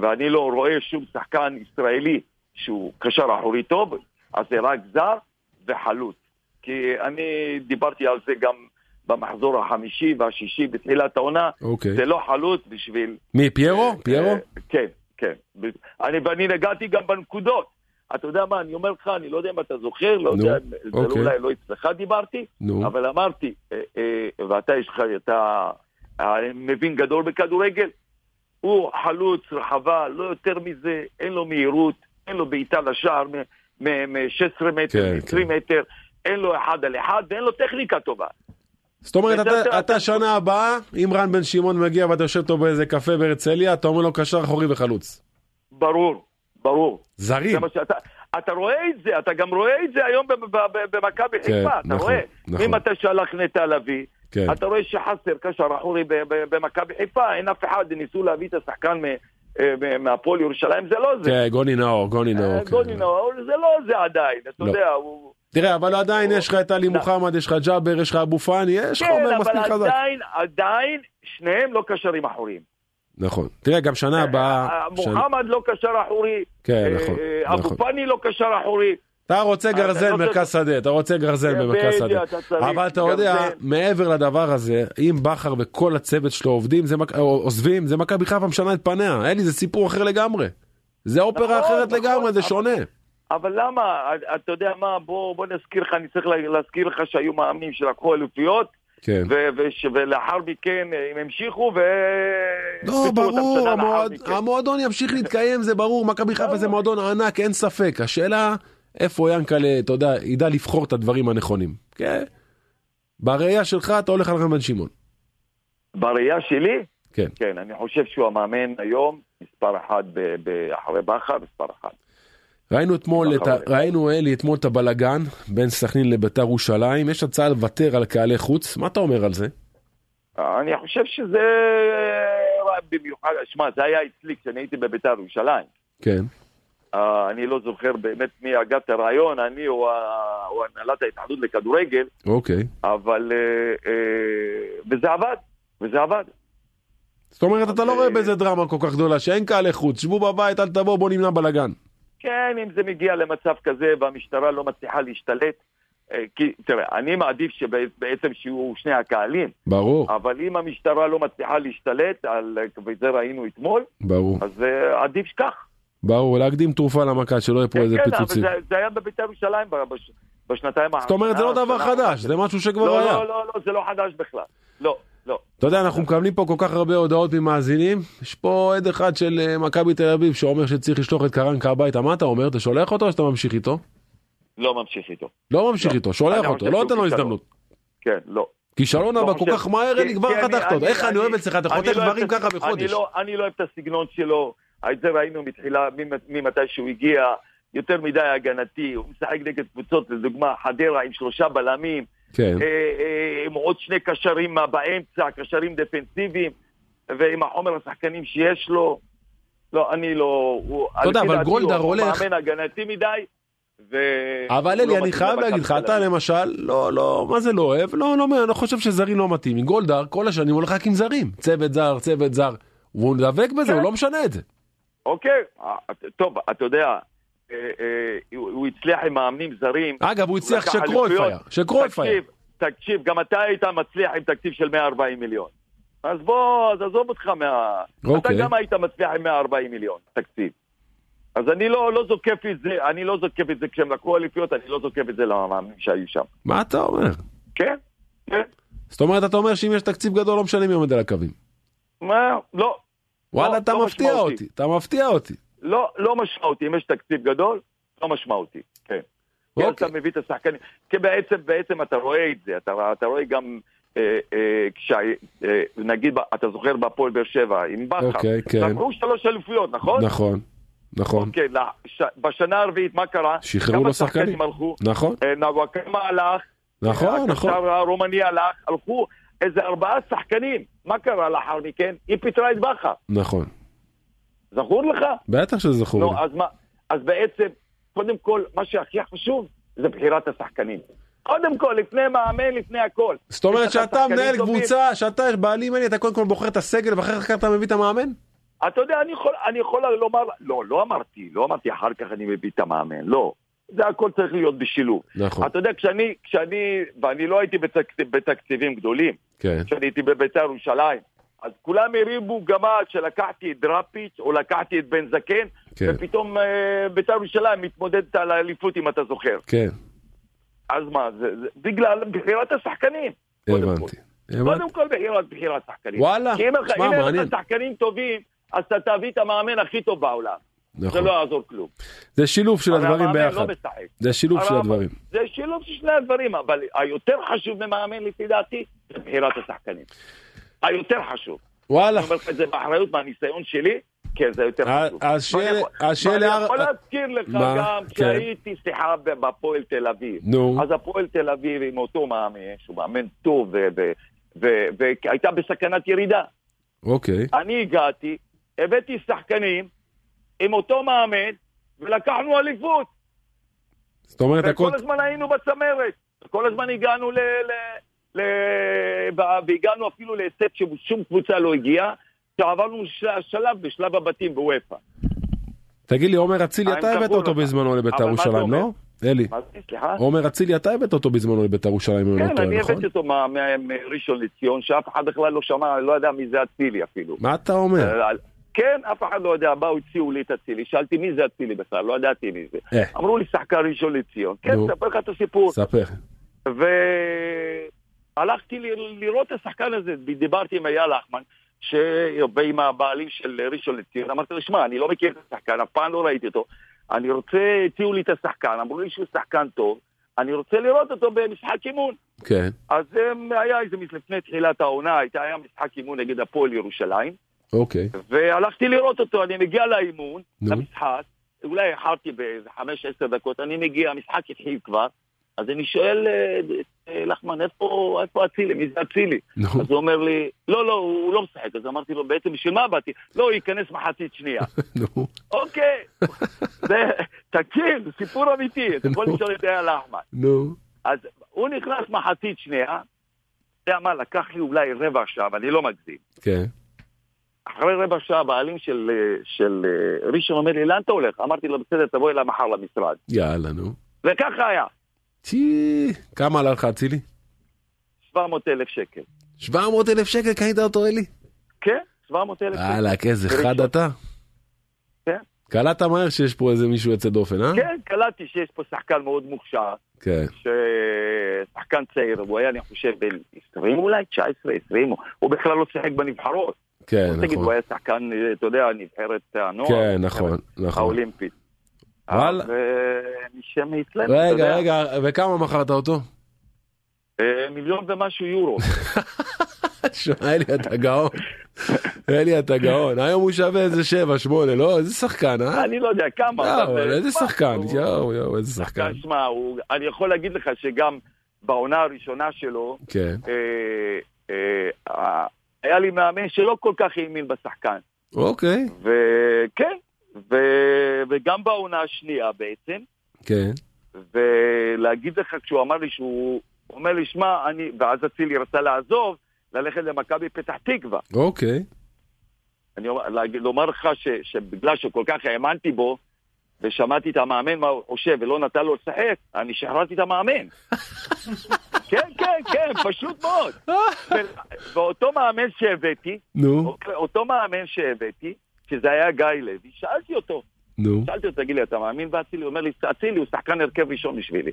S3: ואני לא רואה שום שחקן ישראלי שהוא קשר אחורי טוב, אז זה רק זר וחלוץ. כי אני דיברתי על זה גם במחזור החמישי והשישי בתחילת העונה.
S2: אוקיי.
S3: זה לא חלוץ בשביל...
S2: מי, פיירו? פיירו?
S3: אה, כן, כן. ב- אני, ואני נגעתי גם בנקודות. אתה יודע מה, אני אומר לך, אני לא יודע אם אתה זוכר, לא
S2: נו,
S3: יודע, אם- זה לא-
S2: אוקיי.
S3: אולי לא אצלך דיברתי,
S2: נו.
S3: אבל אמרתי, אה, אה, ואתה יש לך, אתה אה, מבין גדול בכדורגל, הוא חלוץ רחבה, לא יותר מזה, אין לו מהירות, אין לו בעיטה לשער מ-16 מטר,
S2: כן,
S3: 20 מטר, אין לו אחד על אחד, ואין לו טכניקה טובה.
S2: זאת אומרת,
S3: וזה-
S2: אתה, אתה שנה הבאה, אם רן בן שמעון מגיע ואתה יושב איתו באיזה קפה בהרצליה, אתה אומר לו קשר אחורי וחלוץ.
S3: ברור, ברור.
S2: זרים.
S3: זה מה שאתה, אתה רואה את זה, אתה גם רואה את זה היום ב- ב- ב- במכבי
S2: כן,
S3: חיפה, אתה
S2: נכון,
S3: רואה.
S2: נכון.
S3: ממתי שהלך נטע לביא,
S2: כן.
S3: אתה רואה שחסר קשר אחורי ב- ב- במכבי חיפה, אין אף אחד, ניסו להביא את השחקן מ- אה, מ- מהפועל ירושלים, זה לא זה.
S2: כן, גוני נאור, גוני
S3: אה,
S2: נאור. כן.
S3: גוני נאור, זה לא זה עדיין, אתה
S2: לא.
S3: יודע, הוא...
S2: תראה, אבל עדיין יש לך את עלי מוחמד, יש לך ג'אבר, יש לך אבו פאני, יש לך
S3: לא. כן,
S2: אומר
S3: אבל
S2: מספיק חזק.
S3: עדיין, עדיין, שניהם לא קשרים אחוריים.
S2: נכון. תראה, גם שנה הבאה...
S3: אה,
S2: שנה-
S3: מוחמד לא קשר אחורי,
S2: כן,
S3: אה,
S2: נכון,
S3: אה,
S2: נכון.
S3: אבו פאני לא קשר אחורי.
S2: אתה רוצה
S3: אתה
S2: גרזן
S3: לא
S2: מרכז שדה, אתה רוצה גרזן
S3: בדיוק,
S2: במרכז שדה.
S3: אתה צריך
S2: אבל אתה יודע,
S3: גרזן.
S2: מעבר לדבר הזה, אם בכר וכל הצוות שלו עובדים, זה מכ- או- עוזבים, זה מכבי חיפה משנה את פניה. אלי, זה סיפור אחר לגמרי. זה אופרה
S3: נכון,
S2: אחרת
S3: נכון,
S2: לגמרי, זה
S3: אבל-
S2: שונה.
S3: אבל למה, אה, אתה יודע מה, בוא, בוא נזכיר לך, אני צריך לה- להזכיר לך שהיו מאמנים שלקחו אליפויות,
S2: כן.
S3: ו- וש- ולאחר מכן אה, הם המשיכו ו...
S2: לא,
S3: ביטלו אותם
S2: ברור,
S3: שנה לאחר
S2: המועד,
S3: מכן.
S2: המועדון ימשיך להתקיים, זה ברור, מכבי חיפה זה מועדון ענק, אין ספק. השאלה, איפה ינקלה, אתה יודע, ידע לבחור את הדברים הנכונים. כן? בראייה שלך אתה הולך על רן בן שמעון.
S3: בראייה שלי,
S2: כן.
S3: כן, אני חושב שהוא המאמן היום מספר אחת ב- ב- אחרי בכר, מספר אחת.
S2: ראינו אתמול, את ה...
S3: נכון.
S2: ראינו אלי אתמול את הבלגן בין סכנין לביתר ירושלים, יש הצעה לוותר על קהלי חוץ, מה אתה אומר על זה?
S3: אה, אני חושב שזה... אה, במיוחד, שמע, זה היה אצלי כשאני הייתי בביתר ירושלים.
S2: כן,
S3: אה, אני לא זוכר באמת מי הגה את הרעיון, אני או ה- או הנהלת ההתאחדות לכדורגל,
S2: אוקיי.
S3: אבל... אה, אה, וזה עבד, וזה עבד.
S2: זאת אומרת, אתה לא רואה
S3: אוקיי.
S2: באיזה דרמה כל כך גדולה, שאין קהלי חוץ, שבו בבית, אל תבואו, בוא נמנע בלגן.
S3: כן, אם זה מגיע למצב כזה והמשטרה לא מצליחה להשתלט, אה, כי תראה, אני מעדיף שבעצם שיהיו שני הקהלים,
S2: ברור,
S3: אבל אם המשטרה לא מצליחה להשתלט, על, וזה ראינו אתמול,
S2: ברור,
S3: אז אה, עדיף שכך.
S2: ברור, להקדים תרופה למכה, שלא יהיה פה איזה
S3: כן,
S2: פיצוצים.
S3: אבל זה, זה היה בבית"ר ירושלים ב- בש, בשנתיים האחרונות.
S2: זאת אומרת, זה לא דבר חדש, זה משהו שכבר
S3: אה, לא,
S2: היה.
S3: לא, לא, לא, זה לא חדש בכלל. לא, לא.
S2: אתה יודע, אנחנו מקבלים פה כל כך הרבה הודעות ממאזינים, יש פה עד אחד של אה, מכבי תל אביב שאומר שצריך לשלוח את קרנקה הביתה, מה אתה אומר? אתה שולח אותו או שאתה ממשיך איתו?
S3: לא ממשיך איתו.
S2: לא ממשיך
S3: לא.
S2: איתו, שולח
S3: אני
S2: אותו,
S3: חושב
S2: לא
S3: שהוא
S2: נותן לו
S3: כישלון.
S2: הזדמנות.
S3: כן, לא.
S2: כישלון
S3: לא
S2: הבא כל
S3: חושב.
S2: כך מהר, אלי,
S3: כי-
S2: כבר
S3: כי אני-
S2: חתכת אותו. איך אני אוהב אצלך, אתה
S3: אני
S2: חותך
S3: לא אוהב
S2: דברים
S3: את הס-
S2: ככה בחודש.
S3: אני לא- אני לא אוהב את הסגנון שלו, את זה ראינו מתחילה, ממ- ממתי שהוא הגיע, יותר מדי הגנתי, הוא משחק נגד קבוצות, לדוגמה, חדרה עם שלושה בלמים,
S2: כן,
S3: אה, אה, עם עוד שני קשרים באמצע, קשרים דפנסיביים, ועם החומר השחקנים שיש לו. לא, אני לא... הוא-
S2: אתה יודע,
S3: לפי
S2: אבל
S3: דעתי
S2: גולדהר
S3: הוא
S2: הולך-
S3: מאמן הגנתי מדי, ו...
S2: אבל
S3: הוא
S2: אלי,
S3: לא
S2: אני
S3: מתאים
S2: חייב
S3: למכבי
S2: להגיד לך,
S3: תל
S2: אתה
S3: אביב.
S2: למשל, לא, לא, מה זה לא אוהב? לא, לא, לא, אני חושב שזרים לא מתאים. גולדהר, כל השנים הוא הולך רק עם זרים. צוות זר, צוות זר. והוא דבק בזה,
S3: כן.
S2: הוא לא משנה את זה.
S3: אוקיי, אה, טוב, אתה יודע, אה, אה, הוא הוא הצליח עם מאמנים זרים.
S2: אגב, הוא הצליח
S3: לקח
S2: שקרויף
S3: אליפויות.
S2: היה. שקרויף היה.
S3: תקשיב, תקשיב, גם אתה היית מצליח עם תקציב של 140 מיליון. אז בוא, אז עזוב אותך מה... אתה
S2: אוקיי.
S3: גם היית מצליח עם 140 מיליון תקציב. אז אני לא, לא זוקף את זה, אני לא זוקף את זה כשהם לקחו אליפיות, אני לא זוקף את זה למאמנים שהיו שם.
S2: מה אתה אומר?
S3: כן? כן.
S2: זאת אומרת, אתה אומר שאם יש תקציב גדול, לא משנה מי עומד על הקווים.
S3: מה? לא,
S2: וואלה, אתה
S3: לא
S2: מפתיע
S3: משמעותי.
S2: אותי. אתה מפתיע אותי.
S3: לא, לא משמעותי. אם יש תקציב גדול, לא משמעותי. כן. כי
S2: אוקיי.
S3: אתה מביא את השחקנים, כי בעצם, בעצם אתה רואה את זה, אתה, אתה רואה גם, אה, אה, כשה, אה, נגיד, ב- אתה זוכר בהפועל באר שבע, עם בכר,
S2: אוקיי, כן.
S3: לקחו שלוש אליפויות, נכון?
S2: נכון, נכון,
S3: אוקיי, לה- ש, בשנה הרביעית, מה קרה?
S2: שחררו לו שחקנים.
S3: כמה שחקנים הלכו?
S2: נכון,
S3: אה, נוואקמה הלך,
S2: נכון,
S3: הקשר
S2: נכון.
S3: הרומני הלך, הלכו איזה ארבעה שחקנים, מה קרה לאחר מכן? היא פיטרה את בכר,
S2: נכון.
S3: זכור לך?
S2: בטח שזה זכור לי.
S3: נו, אז מה, אז בעצם, קודם כל, מה שהכי חשוב זה בחירת השחקנים. קודם כל, לפני מאמן, לפני הכל.
S2: זאת אומרת
S3: יש לך
S2: שאתה
S3: שחקנים
S2: מנהל
S3: טובים.
S2: קבוצה, שאתה בעלים, אלי, אתה קודם כל בוחר את הסגל ואחר כך אתה מביא את המאמן?
S3: אתה יודע, אני יכול, אני יכול לומר, לא, לא אמרתי, לא אמרתי, אחר כך אני מביא את המאמן, לא. זה הכל צריך להיות בשילוב.
S2: נכון,
S3: אתה יודע, כשאני, כשאני, ואני לא הייתי בתק, בתקציבים גדולים,
S2: כן,
S3: כשאני הייתי בבית"ר ירושלים, אז כולם הרימו גמל שלקחתי את דראפיץ' או לקחתי את בן זקן,
S2: כן.
S3: ופתאום אה, בית"ר ירושלים מתמודדת על האליפות, אם אתה זוכר.
S2: כן,
S3: אז מה, זה, זה בגלל בחירת השחקנים. קודם כל.
S2: הבנתי. הבנתי.
S3: קודם כל בחירת, בחירת שחקנים.
S2: וואלה,
S3: כי אם אין לך-
S2: תשמע,
S3: אם אין
S2: מעניין.
S3: לך שחקנים טובים, אז אתה תביא את המאמן הכי טוב בעולם. זה
S2: נכון.
S3: לא יעזור כלום.
S2: זה שילוב של
S3: אבל
S2: הדברים
S3: המאמן לא
S2: ביחד.
S3: משחק.
S2: זה שילוב של
S3: אבל-
S2: הדברים.
S3: זה שילוב של שני הדברים, אבל היותר חשוב ממאמן לפי דעתי, זה בחירת השחקנים. היותר חשוב.
S2: וואלה.
S3: אני אומר לך את זה באחריות מהניסיון שלי, כן, זה יותר
S2: אז-
S3: חשוב.
S2: אז אה, שיהיה-
S3: ואני יכול-
S2: אז שיהיה
S3: ואני
S2: להר-
S3: יכול להזכיר לך
S2: מה?
S3: גם
S2: כן.
S3: כשהייתי, סליחה, ב- בהפועל תל אביב.
S2: נו,
S3: אז הפועל תל אביב עם אותו מאמן, שהוא מאמן טוב, ו- ו- ו- והייתה בסכנת ירידה.
S2: אוקיי.
S3: אני הגעתי, הבאתי שחקנים עם אותו מאמן, ולקחנו אליפות.
S2: זאת אומרת, הכל...
S3: וכל הזמן היינו בצמרת. כל הזמן הגענו ל... ל... ל... ב- והגענו אפילו להישג ששום קבוצה לא הגיעה, שעברנו של- שלב בשלב הבתים בוופא.
S2: תגיד לי, עומר אצילי,
S3: אה,
S2: אתה
S3: הם
S2: הבאת
S3: קבעו
S2: אותו
S3: לך.
S2: בזמנו לביתר
S3: אבל מה זה
S2: ירושלים,
S3: אומר?
S2: לא? אלי.
S3: מה זה, סליחה?
S2: עומר אצילי, אתה הבאת אותו בזמנו לביתר ירושלים, אם אני אוקיי, לא
S3: כן, אני
S2: טועה, נכון?
S3: הבאתי אותו מה- מה- מראשון לציון, שאף אחד בכלל לא שמע, לא יודע מי זה אצילי אפילו.
S2: מה אתה אומר?
S3: אה, כן, אף אחד לא יודע, באו, הציעו לי את אצילי, שאלתי מי זה אצילי בכלל, לא ידעתי מי זה.
S2: אה,
S3: אמרו לי, שחקן ראשון לציון. כן,
S2: נו.
S3: ספר לך את הסיפור.
S2: אה, ספר.
S3: והלכתי ל- לראות את השחקן הזה, דיברתי עם אייל אחמן, ש... ועם הבעלים של ראשון לציון, אמרתי לו, שמע, אני לא מכיר את השחקן, אף פעם לא ראיתי אותו, אני רוצה, הציעו לי את השחקן, אמרו לי שהוא שחקן טוב, אני רוצה לראות אותו במשחק אימון.
S2: כן,
S3: אז הם, היה איזה, מס- לפני תחילת העונה, הייתה- היה משחק אימון נגד הפועל ירושלים,
S2: אוקיי.
S3: והלכתי לראות אותו, אני מגיע לאימון,
S2: נו.
S3: למשחק, אולי איחרתי באיזה חמש, עשר דקות, אני מגיע, המשחק התחיל כבר, אז אני שואל, אה, אה, לחמן, איפה איפה אצילי? מי זה אצילי?
S2: נו,
S3: אז הוא אומר לי, לא, לא, הוא לא משחק. אז אמרתי לו, בעצם בשביל מה באתי? לא, הוא ייכנס מחצית שנייה.
S2: נו.
S3: אוקיי. זה, תקשיב, זה סיפור אמיתי, אתה יכול
S2: נו.
S3: לשאול את אייל אחמן.
S2: נו.
S3: אז הוא נכנס מחצית שנייה, אתה יודע מה, לקח לי אולי רבע שעה, ואני לא מגזים.
S2: כן.
S3: אחרי רבע שעה הבעלים של, של אה, ראשון אומר לי, לאן אתה הולך? אמרתי לו, בסדר, תבוא אליי מחר למשרד.
S2: יאללה, נו.
S3: וככה היה,
S2: צ'י. כמה עלה לך אצילי?
S3: 700 אלף שקל.
S2: 700 אלף שקל קנית אותו, אלי?
S3: כן, 700 אלף שקל.
S2: וואלכ, איזה חד
S3: ראשון.
S2: אתה.
S3: כן.
S2: קלעת מהר שיש פה איזה מישהו יוצא דופן, אה?
S3: כן, קלטתי שיש פה שחקן מאוד מוכשר,
S2: כן.
S3: ששחקן צעיר, הוא היה, אני חושב, בן 20 אולי, 19, 20, הוא בכלל לא שיחק בנבחרות.
S2: כן,
S3: נכון. תגיד, הוא
S2: נכון.
S3: היה שחקן, אה, אתה יודע, נבחרת הנוער.
S2: כן,
S3: נבחרת
S2: נכון, נכון.
S3: האולימפית.
S2: וואלה.
S3: אז, אה, משם אצלנו, אתה
S2: רגע,
S3: יודע,
S2: רגע, וכמה מכרת אותו?
S3: אה, מיליון ומשהו יורו.
S2: שמע, אלי, אתה גאון. אלי, אתה גאון. היום הוא שווה איזה 7, 8, לא? איזה שחקן, אה?
S3: אני לא יודע כמה.
S2: יואו,
S3: אבל-
S2: איזה
S3: מה,
S2: שחקן, כן?
S3: הוא-
S2: יואו, יואו, איזה שחקן.
S3: תשמע, הוא- אני יכול להגיד לך שגם בעונה הראשונה שלו,
S2: כן,
S3: אה, אה, אה, היה לי מאמן שלא כל כך האמין בשחקן.
S2: אוקיי,
S3: וכן, ו- וגם בעונה השנייה בעצם,
S2: כן,
S3: ולהגיד לך כשהוא אמר לי שהוא, הוא אומר לי, שמע, אני, ואז אצילי רצה לעזוב, ללכת למכבי פתח תקווה.
S2: אוקיי.
S3: אני אומר, להגיד- לומר לך ש, שבגלל שכל כך האמנתי בו, ושמעתי את המאמן מה הוא חושב ולא נתן לו לשחק, אני שחררתי את המאמן. כן, כן, כן, פשוט מאוד. ו- ואותו מאמן שהבאתי,
S2: נו,
S3: אוקיי, אותו מאמן שהבאתי, שזה היה גיא לוי, שאלתי אותו,
S2: נו,
S3: שאלתי אותו, תגיד לי, אתה מאמין באצילי? הוא אומר לי, אצילי הוא שחקן הרכב ראשון בשבילי.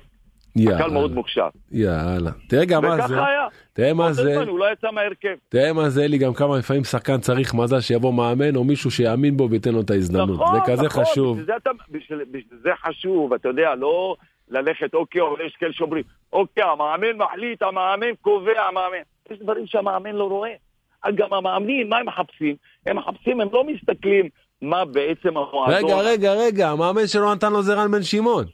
S3: קל מאוד
S2: יאללה,
S3: מוכשר.
S2: יאללה. תראה גם מה זה,
S3: וככה היה.
S2: תראה מה
S3: באותו
S2: זה,
S3: זמן הוא לא יצא מההרכב.
S2: תראה מה זה, אלי, גם כמה לפעמים שחקן צריך מזל שיבוא מאמן או מישהו שיאמין בו וייתן לו את ההזדמנות.
S3: נכון,
S2: זה כזה
S3: נכון,
S2: חשוב.
S3: בשביל זה, אתה, בשביל, בשביל זה חשוב, אתה יודע, לא ללכת, אוקיי, או יש כאלה שאומרים, אוקיי, המאמן מחליט, המאמן קובע, המאמן. יש דברים שהמאמן לא רואה. אז גם המאמנים, מה הם מחפשים? הם מחפשים, הם לא מסתכלים מה לא. בעצם המועדון.
S2: רגע, רגע, רגע, המאמן שלא נתן לו זה רן בן שמעון.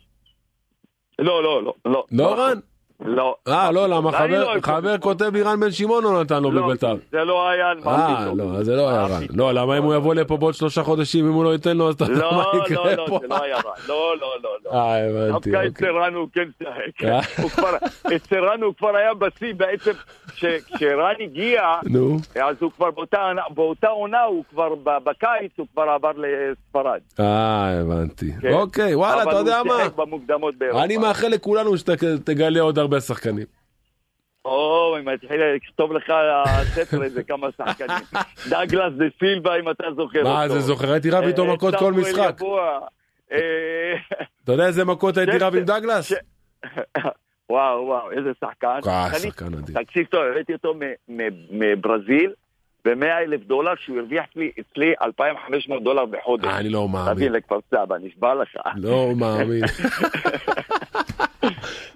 S3: לא, לא, לא. לא,
S2: לא רן?
S4: לא.
S2: אה, לא, למה?
S4: אני
S2: חבר-
S4: לא אוהב
S2: חבר
S4: פוטבול.
S2: כותב לי רן בן שמעון לא נתן לו
S4: לא,
S2: בביתר.
S4: זה לא היה, מה
S2: אה,
S4: פתאום.
S2: לא, אז זה לא היה
S4: מה
S2: רן.
S4: פתאום.
S2: לא, למה אם הוא יבוא לפה בעוד שלושה חודשים, אם הוא לא ייתן לו, אז אתה יודע מה
S4: לא,
S2: יקרה
S4: לא,
S2: פה?
S4: לא, זה לא היה רע. לא, לא, לא, לא.
S2: אה, הבנתי,
S4: דווקא
S2: אוקיי.
S4: אצל רן הוא כן
S2: אה.
S4: שיחק. הוא כבר- אצל רן הוא כבר היה בשיא בעצם, כש- כשרן הגיע,
S2: נו,
S4: אז הוא כבר באותה עונה- באותה עונה, הוא כבר ב- בקיץ, הוא כבר עבר לספרד.
S2: אה, הבנתי.
S4: כן.
S2: אוקיי, וואלה, אתה יודע
S4: אבל הוא
S2: מה?
S4: שיחק במוקדמות באירופה.
S2: אני מאחל לכולנו שתגלה עוד הרבה שחקנים.
S4: כן, או, אם התחילה לכתוב לך הספר איזה כמה שחקנים. דגלס דה סילבה, אם אתה זוכר אותו.
S2: מה, זה זוכר? הייתי רב איתו
S4: אה,
S2: מכות כל
S4: סמואל
S2: משחק.
S4: גבוה. אה,
S2: אתה יודע איזה מכות הייתי
S4: שכטר.
S2: רב עם דגלס?
S4: ש- וואו, וואו, איזה שחקן.
S2: אה,
S4: אני-
S2: שחקן אדיר.
S4: תקשיב טוב, הבאתי אותו מ- מ- מברזיל ב-100 אלף דולר, שהוא הרוויח לי- אצלי 2,500 דולר בחודש.
S2: אה, אני לא מאמין.
S4: תבין לכפר סבא, נשבע לך.
S2: לא מאמין.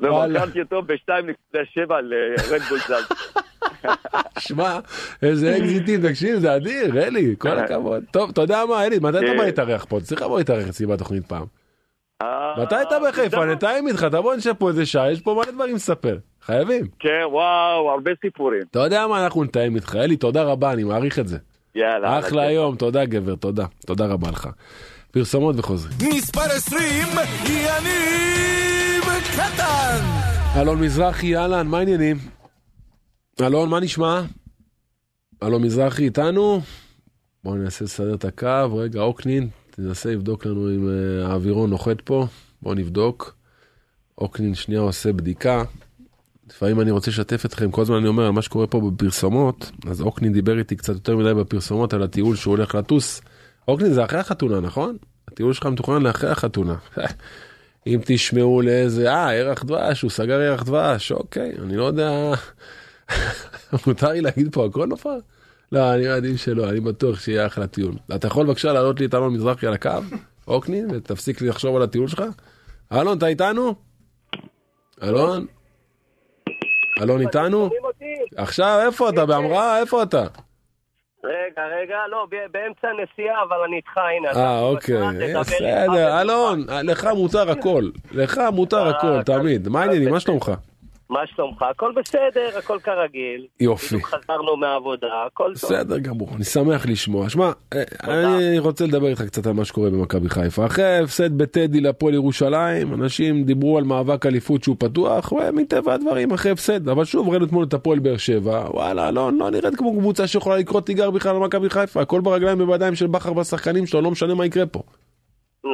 S2: וואלה.
S4: ומכרתי אותו ב-2.7 לרדבול זלצ.
S2: שמע, איזה אקזיטים, תקשיב, זה אדיר, אלי, כל הכבוד. טוב, אתה יודע מה, אלי, מתי אתה
S4: כן.
S2: בא להתארח פה? צריך לבוא להתארח אצלי בתוכנית פעם.
S4: אה,
S2: מתי אתה בחיפה?
S4: אתה-
S2: נתאם איתך, תבוא נשב פה איזה שעה, יש פה מלא דברים לספר. חייבים.
S4: כן, וואו, הרבה סיפורים.
S2: אתה יודע מה, אנחנו נתאם איתך. אלי, תודה רבה, אני מעריך את זה.
S4: יאללה.
S2: אחלה יום, תודה גבר, תודה. תודה רבה לך. פרסומות וחוזרים.
S1: מספר 20, יניב קטן!
S2: אלון מזרחי, אהלן, מה העניינים? אלון, מה נשמע? אלון מזרחי איתנו? בואו ננסה לסדר את הקו, רגע, אוקנין, תנסה לבדוק לנו אם אה, האווירון נוחת פה, בואו נבדוק. אוקנין שנייה עושה בדיקה. לפעמים אני רוצה לשתף אתכם, כל הזמן אני אומר על מה שקורה פה בפרסומות, אז אוקנין דיבר איתי קצת יותר מדי בפרסומות על הטיול שהוא הולך לטוס. אוקנין אוקיי, זה אחרי החתונה, נכון? הטיול שלך מתוכנן לאחרי החתונה. אם תשמעו לאיזה, אה, ירח דבש, הוא סגר ירח דבש, אוקיי, אני לא יודע, מותר לי להגיד פה הכל נופל? לא, אני עדיף שלא, אני בטוח שיהיה אחלה טיול. אתה יכול בבקשה להעלות לי את אלון מזרחי על הקו, אוקנין, ותפסיק לחשוב על הטיול שלך? אלון, אתה איתנו? אלון? אלון איתנו?
S3: שומעים אותי?
S2: עכשיו, איפה אתה? בהמראה? איפה אתה?
S3: רגע, רגע, לא, ב- באמצע הנסיעה, אבל אני איתך, הנה.
S2: אה,
S3: אתה
S2: אוקיי,
S3: בצד, תדבר איתך
S2: בסדר,
S3: ותוכל.
S2: אלון, לך מותר הכל, לך מותר
S3: אה,
S2: הכל,
S3: אתה-
S2: תמיד. מה העניינים, מה שלומך?
S3: מה שלומך? הכל בסדר, הכל כרגיל.
S2: יופי.
S3: בדיוק חזרנו מהעבודה, הכל טוב.
S2: בסדר גמור, אני שמח לשמוע. שמע, אה, אני רוצה לדבר איתך קצת על מה שקורה במכבי חיפה. אחרי ההפסד בטדי להפועל ירושלים, אנשים דיברו על מאבק אליפות שהוא פתוח, ומטבע הדברים אחרי הפסד. אבל שוב, ראינו אתמול את הפועל באר שבע, וואלה, לא, לא נראית כמו קבוצה שיכולה לקרוא תיגר בכלל למכבי חיפה. הכל ברגליים ובידיים של בכר והשחקנים שלו, לא משנה מה יקרה פה.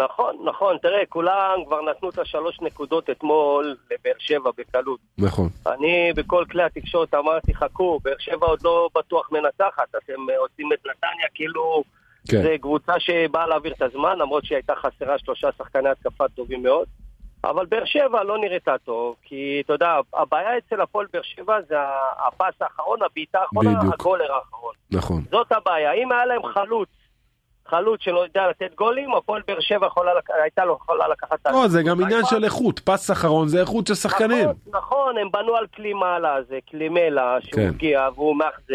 S3: נכון, נכון, תראה, כולם כבר נתנו את השלוש נקודות אתמול לבאר שבע בקלות.
S2: נכון.
S3: אני בכל כלי התקשורת אמרתי, חכו, באר שבע עוד לא בטוח מנצחת, אתם אה, עושים את נתניה כאילו...
S2: כן.
S3: זו קבוצה שבאה להעביר את הזמן, למרות שהיא הייתה חסרה שלושה שחקני התקפה טובים מאוד. אבל באר שבע לא נראתה טוב, כי אתה יודע, הבעיה אצל הפועל באר שבע זה הפס האחרון, הבעיטה האחרונה,
S2: בדיוק.
S3: הגולר האחרון.
S2: נכון.
S3: זאת הבעיה. אם היה להם חלוץ, חלוץ שלא יודע לתת גולים, הפועל באר שבע יכולה לק- הייתה לו יכולה לקחת... את
S2: לא, זה
S3: האליפות.
S2: גם עניין של איכות, פס אחרון זה איכות של שחקנים.
S3: נכון, נכון, הם בנו על קלימלה הזה, קלימלה, שהוא
S2: כן.
S3: הגיע והוא מאכזב.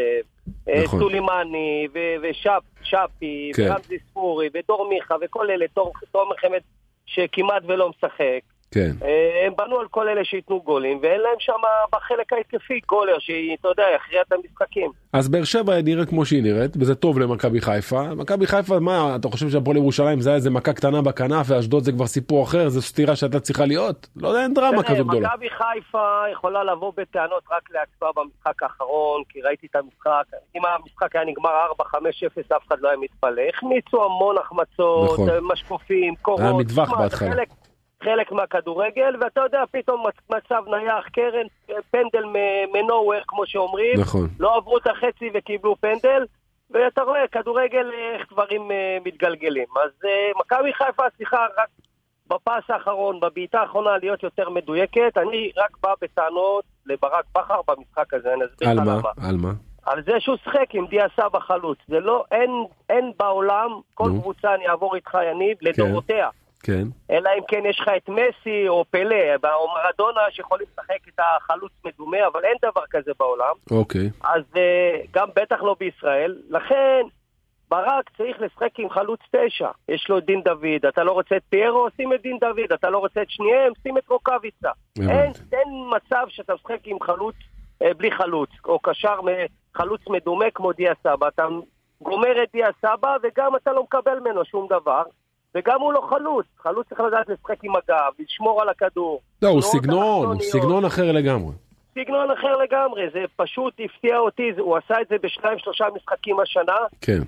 S3: אה,
S2: נכון.
S3: סולימני, ו- ושאפ- שפי,
S2: כן.
S3: ורמזי ספורי, ודור מיכה, וכל אלה, תור- תומר חמד שכמעט ולא משחק.
S2: כן.
S3: אה, הם בנו על כל אלה שייתנו גולים, ואין להם שם בחלק ההתקפי גולר, שאתה יודע, יכריע את המשחקים.
S2: אז באר שבע נראית כמו שהיא נראית, וזה טוב למכבי חיפה. מכבי חיפה, מה, אתה חושב שהפועל ירושלים זה היה איזה מכה קטנה בכנף, ואשדוד זה כבר סיפור אחר, זו סתירה שהייתה צריכה להיות? לא יודע, אין דרמה
S3: תראה,
S2: כזו גדולה.
S3: מכבי חיפה יכולה לבוא בטענות רק לעצמה במשחק האחרון, כי ראיתי את המשחק. אם המשחק היה נגמר 4-5-0, אף אחד לא היה מתפלא. החמיצו המון החמצות,
S2: נכון.
S3: משקופים, קורות.
S2: היה מטווח
S3: תשמע, זה
S2: בהתחלה.
S3: חלק, חלק מהכדורגל, ואתה יודע, פתאום מצ- מצב נייח, קרן, פנדל מ- מנוהוור, כמו שאומרים.
S2: נכון.
S3: לא עברו את החצי וקיבלו פנדל, ואתה רואה, כדורגל, איך דברים אה, מתגלגלים. אז אה, מכבי חיפה צריכה רק בפס האחרון, בבעיטה האחרונה, להיות יותר מדויקת. אני רק בא בטענות לברק בכר במשחק הזה, אני אסביר
S2: על
S3: לך
S2: מה?
S3: למה.
S2: על מה?
S3: על זה שהוא שחק עם דיאסה בחלוץ. זה לא, אין, אין בעולם, כל
S2: נו.
S3: קבוצה, אני אעבור איתך, יניב, לדורותיה.
S2: כן.
S3: אלא אם כן יש לך את מסי או פלא או מרדונה שיכולים לשחק את החלוץ מדומה, אבל אין דבר כזה בעולם.
S2: אוקיי.
S3: אז אה, גם בטח לא בישראל. לכן, ברק צריך לשחק עם חלוץ תשע. יש לו את דין דוד, אתה לא רוצה את פיירו, שים את דין דוד, אתה לא רוצה את שניהם, שים את רוקאביצה. אין,
S2: הבנתי.
S3: אין מצב שאתה משחק עם חלוץ אה, בלי חלוץ, או קשר מ- חלוץ מדומה כמו דיה סבא. אתה גומר את דיה סבא, וגם אתה לא מקבל ממנו שום דבר, וגם הוא לא חלוץ. חלוץ צריך לדעת לשחק עם הגב, לשמור על הכדור.
S2: לא, הוא
S3: תנועות
S2: סגנון, הוא
S3: אלכסוניות.
S2: סגנון אחר לגמרי.
S3: סגנון אחר לגמרי, זה פשוט הפתיע אותי, זה- הוא עשה את זה בשניים שלושה משחקים השנה,
S2: כן.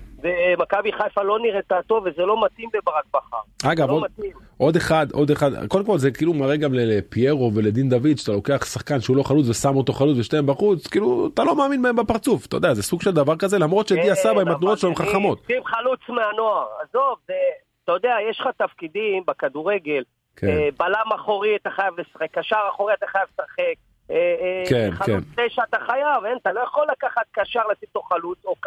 S3: ומכבי חיפה לא נראתה טוב וזה לא מתאים לברק בכר.
S2: אגב,
S3: לא
S2: עוד,
S3: מתאים.
S2: עוד אחד, עוד אחד, קודם כל זה כאילו מראה גם לפיירו ולדין דוד, שאתה לוקח שחקן שהוא לא חלוץ ושם אותו חלוץ ושתיהם בחוץ, כאילו אתה לא מאמין בהם בפרצוף, אתה יודע, זה סוג של דבר כזה, למרות שדיה
S3: כן,
S2: סבא עם
S3: אבל
S2: התנועות שלו הם
S3: תגיד,
S2: חכמות.
S3: שים חלוץ מהנוער, עזוב, זה, אתה יודע, יש לך תפקידים בכדורגל,
S2: כן.
S3: אה, בלם אחורי אתה חייב לשחק, קשר אחורי אתה חייב לשחק, אה, אה,
S2: כן,
S3: חלוץ תשע אתה חייב, אין, אתה לא יכול לקחת קשר לשים אותו חלוץ, או... ק-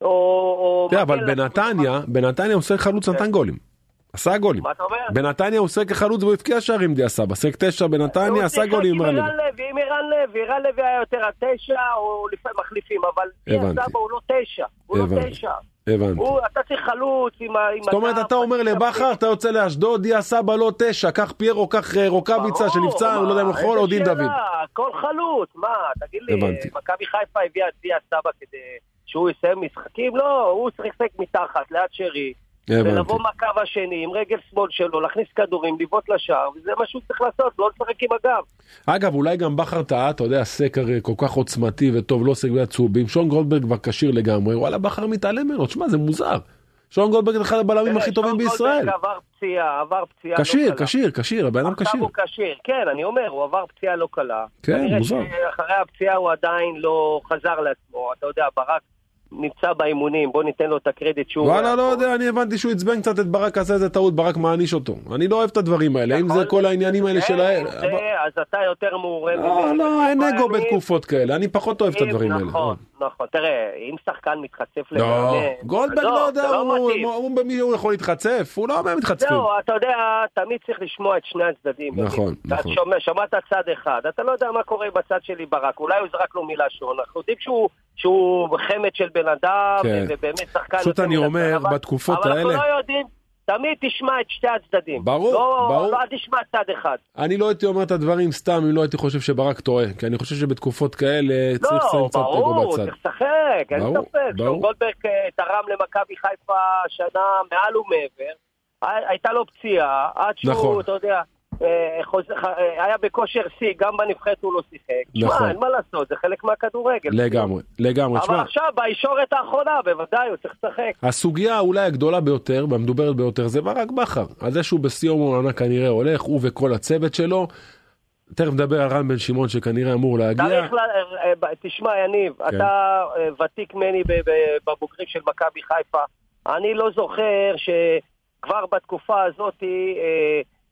S3: או, או
S2: תראה, אבל
S3: מגן לשים אותו
S2: בנתניה, בנתניה הוא עושה חלוץ נתן גולים. עשה גולים.
S3: אה, מה אתה אומר?
S2: בנתניה הוא עושה כחלוץ והוא הבקיע שערים דיה סבא, שחק תשע
S3: לא
S2: בנתניה, עשה גולים עם
S3: הוא שיחק עם
S2: רלב.
S3: ערן לוי, עם ערן לוי, ערן לוי היה יותר התשע, או לפעמים מחליפים, אבל דיה
S2: הבנתי.
S3: סבא הוא לא תשע, הוא לא
S2: הבנתי.
S3: תשע.
S2: הבנתי.
S3: הוא, אתה צריך חלוץ עם ה... עם
S2: זאת אומרת,
S3: הגב,
S2: אתה אומר
S3: עם
S2: לבכר, אתה יוצא לאשדוד, דיה סבא לא תשע, קח פיירו, קח אה, רוקאביצה
S3: ברור,
S2: שנפצע, אני לא יודע אם
S3: מה,
S2: הוא חול,
S3: איזה
S2: או דין
S3: שאלה?
S2: דוד.
S3: הכל חלוץ, מה, תגיד לי,
S2: הבנתי.
S3: מכבי חיפה הביאה את דיה סבא כדי שהוא יסיים משחקים? לא, הוא שיחק מתחת, ליד שרי.
S2: הבנתי.
S3: ולבוא מהקו השני עם רגל שמאל שלו, להכניס כדורים, לבעוט לשער, וזה מה שהוא צריך לעשות, לא לשחק עם הגב.
S2: אגב, אולי גם בכר טעה, אתה יודע, סקר אה, כל כך עוצמתי וטוב, לא עוסק בעצובים, שון גולדברג כבר כשיר לגמרי, וואלה, בכר מתעלם ממנו, תשמע, זה מוזר. שון גולדברג אחד הבלמים
S3: תראה,
S2: הכי טובים
S3: שון
S2: בישראל.
S3: גולדברג עבר פציעה, עבר פציעה. לא
S2: כשיר,
S3: קלה.
S2: כשיר, כשיר, הבן אדם
S3: עכשיו
S2: כשיר.
S3: הוא כשיר, כן, אני אומר, הוא עבר פציעה לא קלה.
S2: כן,
S3: כנראה
S2: מוזר.
S3: שאחרי הפציעה הוא עדיין לא חזר לעצמו, אתה יודע, ברק נמצא באימונים, בוא ניתן לו את הקרדיט שהוא...
S2: וואלה, לא יודע, אני הבנתי שהוא עצבן קצת את ברק, עשה איזה טעות, ברק מעניש אותו. אני לא אוהב את הדברים האלה, אם זה
S3: נכון.
S2: כל העניינים האלה של ה...
S3: כן, זה, אז אתה יותר מעורה.
S2: לא,
S3: ממני.
S2: לא, אין אגו
S3: אני-
S2: בתקופות כאלה, אני פחות אוהב את
S3: אם-
S2: הדברים האלה.
S3: נכון, נכון. תראה, אם שחקן מתחצף
S2: לא,
S3: למאמן...
S2: גולדברג
S3: עזוב,
S2: לא
S3: זה
S2: יודע, הוא-
S3: מתאים.
S2: הוא הוא- במי הוא יכול להתחצף, הוא לא מתחצפים.
S3: זהו, אתה יודע, תמיד צריך לשמוע את שני הצדדים.
S2: נכון,
S3: אתה
S2: נכון.
S3: שומע, שמעת צד אחד, אתה לא יודע מה קורה בצד שלי ברק, אולי הוא זרק לו מילה שון, אנחנו יודעים שהוא, שהוא חמד של בן אדם,
S2: כן.
S3: כן. ובאמת שחקן...
S2: פשוט
S3: יוצא
S2: אני
S3: מן הכלל,
S2: אומר,
S3: אבל-
S2: בתקופות
S3: אבל
S2: האלה-
S3: אבל אנחנו לא יודעים, תמיד תשמע את שתי הצדדים.
S2: ברור,
S3: לא,
S2: ברור.
S3: לא, אל תשמע צד אחד.
S2: אני לא הייתי אומר את הדברים סתם אם לא הייתי חושב שברק טועה, כי אני חושב שבתקופות כאלה צריך לשים
S3: לא,
S2: קצת אגו
S3: ברור,
S2: בצד.
S3: צריך לשחק, אין
S2: ברור,
S3: ספק.
S2: ברור.
S3: שון גולדברג אה, תרם למכבי חיפה שנה מעל ומעבר. הי- הייתה לו פציעה, עד שהוא,
S2: נכון.
S3: אתה יודע, אה, חוזר- אה, היה בכושר שיא, גם בנבחרת הוא לא שיחק.
S2: נכון.
S3: שמע, אין מה לעשות, זה חלק מהכדורגל.
S2: לגמרי, לגמרי.
S3: כן. אבל
S2: שמע,
S3: עכשיו, בישורת האחרונה, בוודאי, הוא צריך לשחק.
S2: הסוגיה אולי הגדולה ביותר והמדוברת ביותר זה ברק בכר. על זה שהוא בסיום העונה כנראה הולך, הוא וכל הצוות שלו. תכף נדבר על רן בן שמעון שכנראה אמור להגיע.
S3: צריך ל... אה, אה, תשמע, יניב,
S2: כן.
S3: אתה אה, ותיק ממני ב- ב- בבוגרים של מכבי חיפה. אני לא זוכר שכבר בתקופה הזאת אה,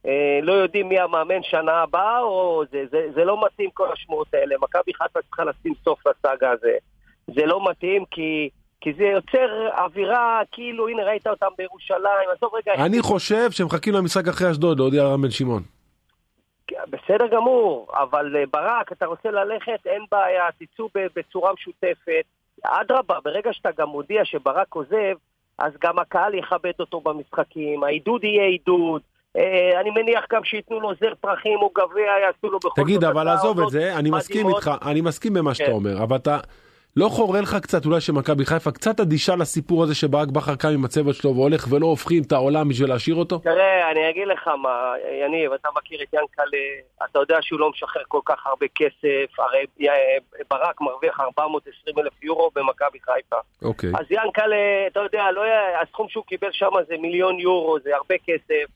S3: אה, לא יודעים מי המאמן שנה הבאה, או זה, זה, זה לא מתאים כל השמועות האלה. מכבי חיפה צריכה לשים סוף לסאגה הזה. זה לא מתאים כי... כי זה יוצר אווירה כאילו, הנה ראית אותם בירושלים, עזוב רגע,
S2: אני חושב שהם מחכים למשחק אחרי אשדוד להודיע על רן בן שמעון.
S3: כן, בסדר גמור, אבל אה, ברק, אתה רוצה ללכת, אין בעיה, תצאו ב- בצורה משותפת. אדרבה, ברגע שאתה גם מודיע שברק עוזב, אז גם הקהל יכבד אותו במשחקים, העידוד יהיה עידוד. אה, אני מניח גם שייתנו לו זר פרחים או גביע, יעשו לו בכל זאת...
S2: תגיד, אבל
S3: הצעות
S2: עזוב את זה, אני
S3: מדהימות.
S2: מסכים איתך, אני מסכים במה שאתה
S3: כן.
S2: אומר, אבל אתה... לא חורה לך קצת אולי שמכבי חיפה קצת אדישה לסיפור הזה שברק בכר קם עם הצוות שלו והולך ולא הופכים את העולם בשביל להשאיר אותו?
S3: תראה, אני אגיד לך מה, יניב, אתה מכיר את ינקלה, אתה יודע שהוא לא משחרר כל כך הרבה כסף, הרי אה, ברק מרוויח 420 אלף יורו במכבי חיפה.
S2: אוקיי.
S3: אז ינקלה, אתה יודע, לא, היה- הסכום שהוא קיבל שם זה מיליון יורו, זה הרבה כסף.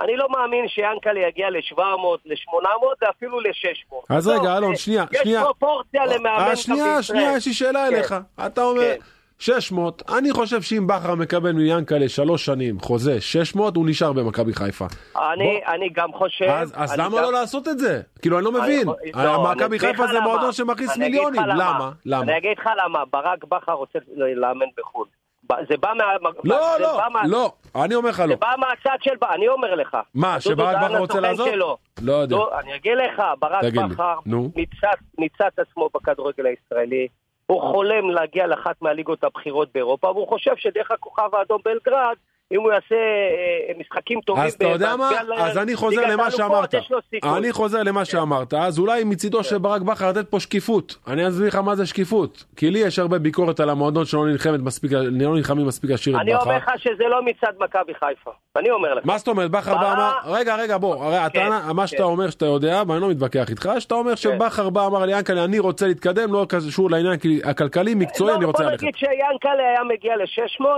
S3: אני לא מאמין שיאנקלה יגיע ל-700, ל-800 ואפילו ל-600.
S2: אז
S3: לא,
S2: רגע,
S3: זה-
S2: אלון, שנייה, שנייה.
S3: יש פרופורציה למאמן
S2: אה,
S3: גם
S2: שנייה,
S3: בישראל.
S2: שנייה, יש לי שאלה
S3: כן.
S2: אליך. אתה אומר,
S3: כן.
S2: 600, אני חושב שאם בכר מקבל מיאנקלה שלוש שנים חוזה 600, הוא נשאר במכבי חיפה.
S3: אני, אני גם חושב...
S2: אז אז
S3: אני
S2: למה
S3: גם-
S2: לא לעשות את זה? כאילו, אני לא
S3: אני
S2: מבין.
S3: יכול- לא, אני
S2: מכבי
S3: אגיד לך
S2: חיפה זה
S3: למה.
S2: מועדון שמכניס
S3: אני אגיד לך
S2: מיליונים. למה? למה?
S3: אני אגיד לך למה, ברק בכר רוצה לאמן בחו"ל. ב- זה בא מה...
S2: לא,
S3: זה
S2: לא,
S3: בא מה-
S2: לא, אני אומר לך
S3: זה
S2: לא.
S3: בא מהצד של... אני אומר לך.
S2: מה,
S3: דודו
S2: שברק
S3: דהן
S2: בכר רוצה
S3: הסוכן
S2: לעזוב?
S3: שלו.
S2: לא יודע.
S3: לא, אני אגיד לך, ברק
S2: תגיד לי,
S3: בכר
S2: נו.
S3: ניצץ- ניצץ עצמו בכדורגל הישראלי. הוא חולם להגיע לאחת מהליגות הבכירות באירופה, והוא חושב שדרך הכוכב האדום בלגרד, אם הוא יעשה אה, משחקים טובים...
S2: אז אתה יודע מה?
S3: במעגל, אה,
S2: אז אני חוזר
S3: ליגת
S2: למה
S3: האלופות,
S2: שאמרת.
S3: יש לו סיכוי. כן.
S2: אני חוזר למה שאמרת. אז אולי מצידו של ברק בכר לתת פה שקיפות. אני אסביר לך מה זה שקיפות. כי לי יש הרבה ביקורת על המועדון שלא נלחמת מספיק, לא נלחמים מספיק להשאיר את
S3: אני
S2: בכר.
S3: אומר לך שזה לא מצד מכבי חיפה. אני אומר לך.
S2: מה זאת אומרת? בכר בא
S3: בא-
S2: אמר, רגע, רגע, בוא, הרי הטענה, מה שאתה
S3: כן.
S2: אומר שאתה יודע, ואני לא מתווכח איתך, שאתה אומר שבכר בא אמר לי, יענקל'ה, אני רוצה להתקדם, לא קשור לעניין הכלכלי, מקצועי, אני רוצה
S3: לא, בוא
S2: ללכת.
S3: נגיד שיאנקל'ה היה מגיע ל-600,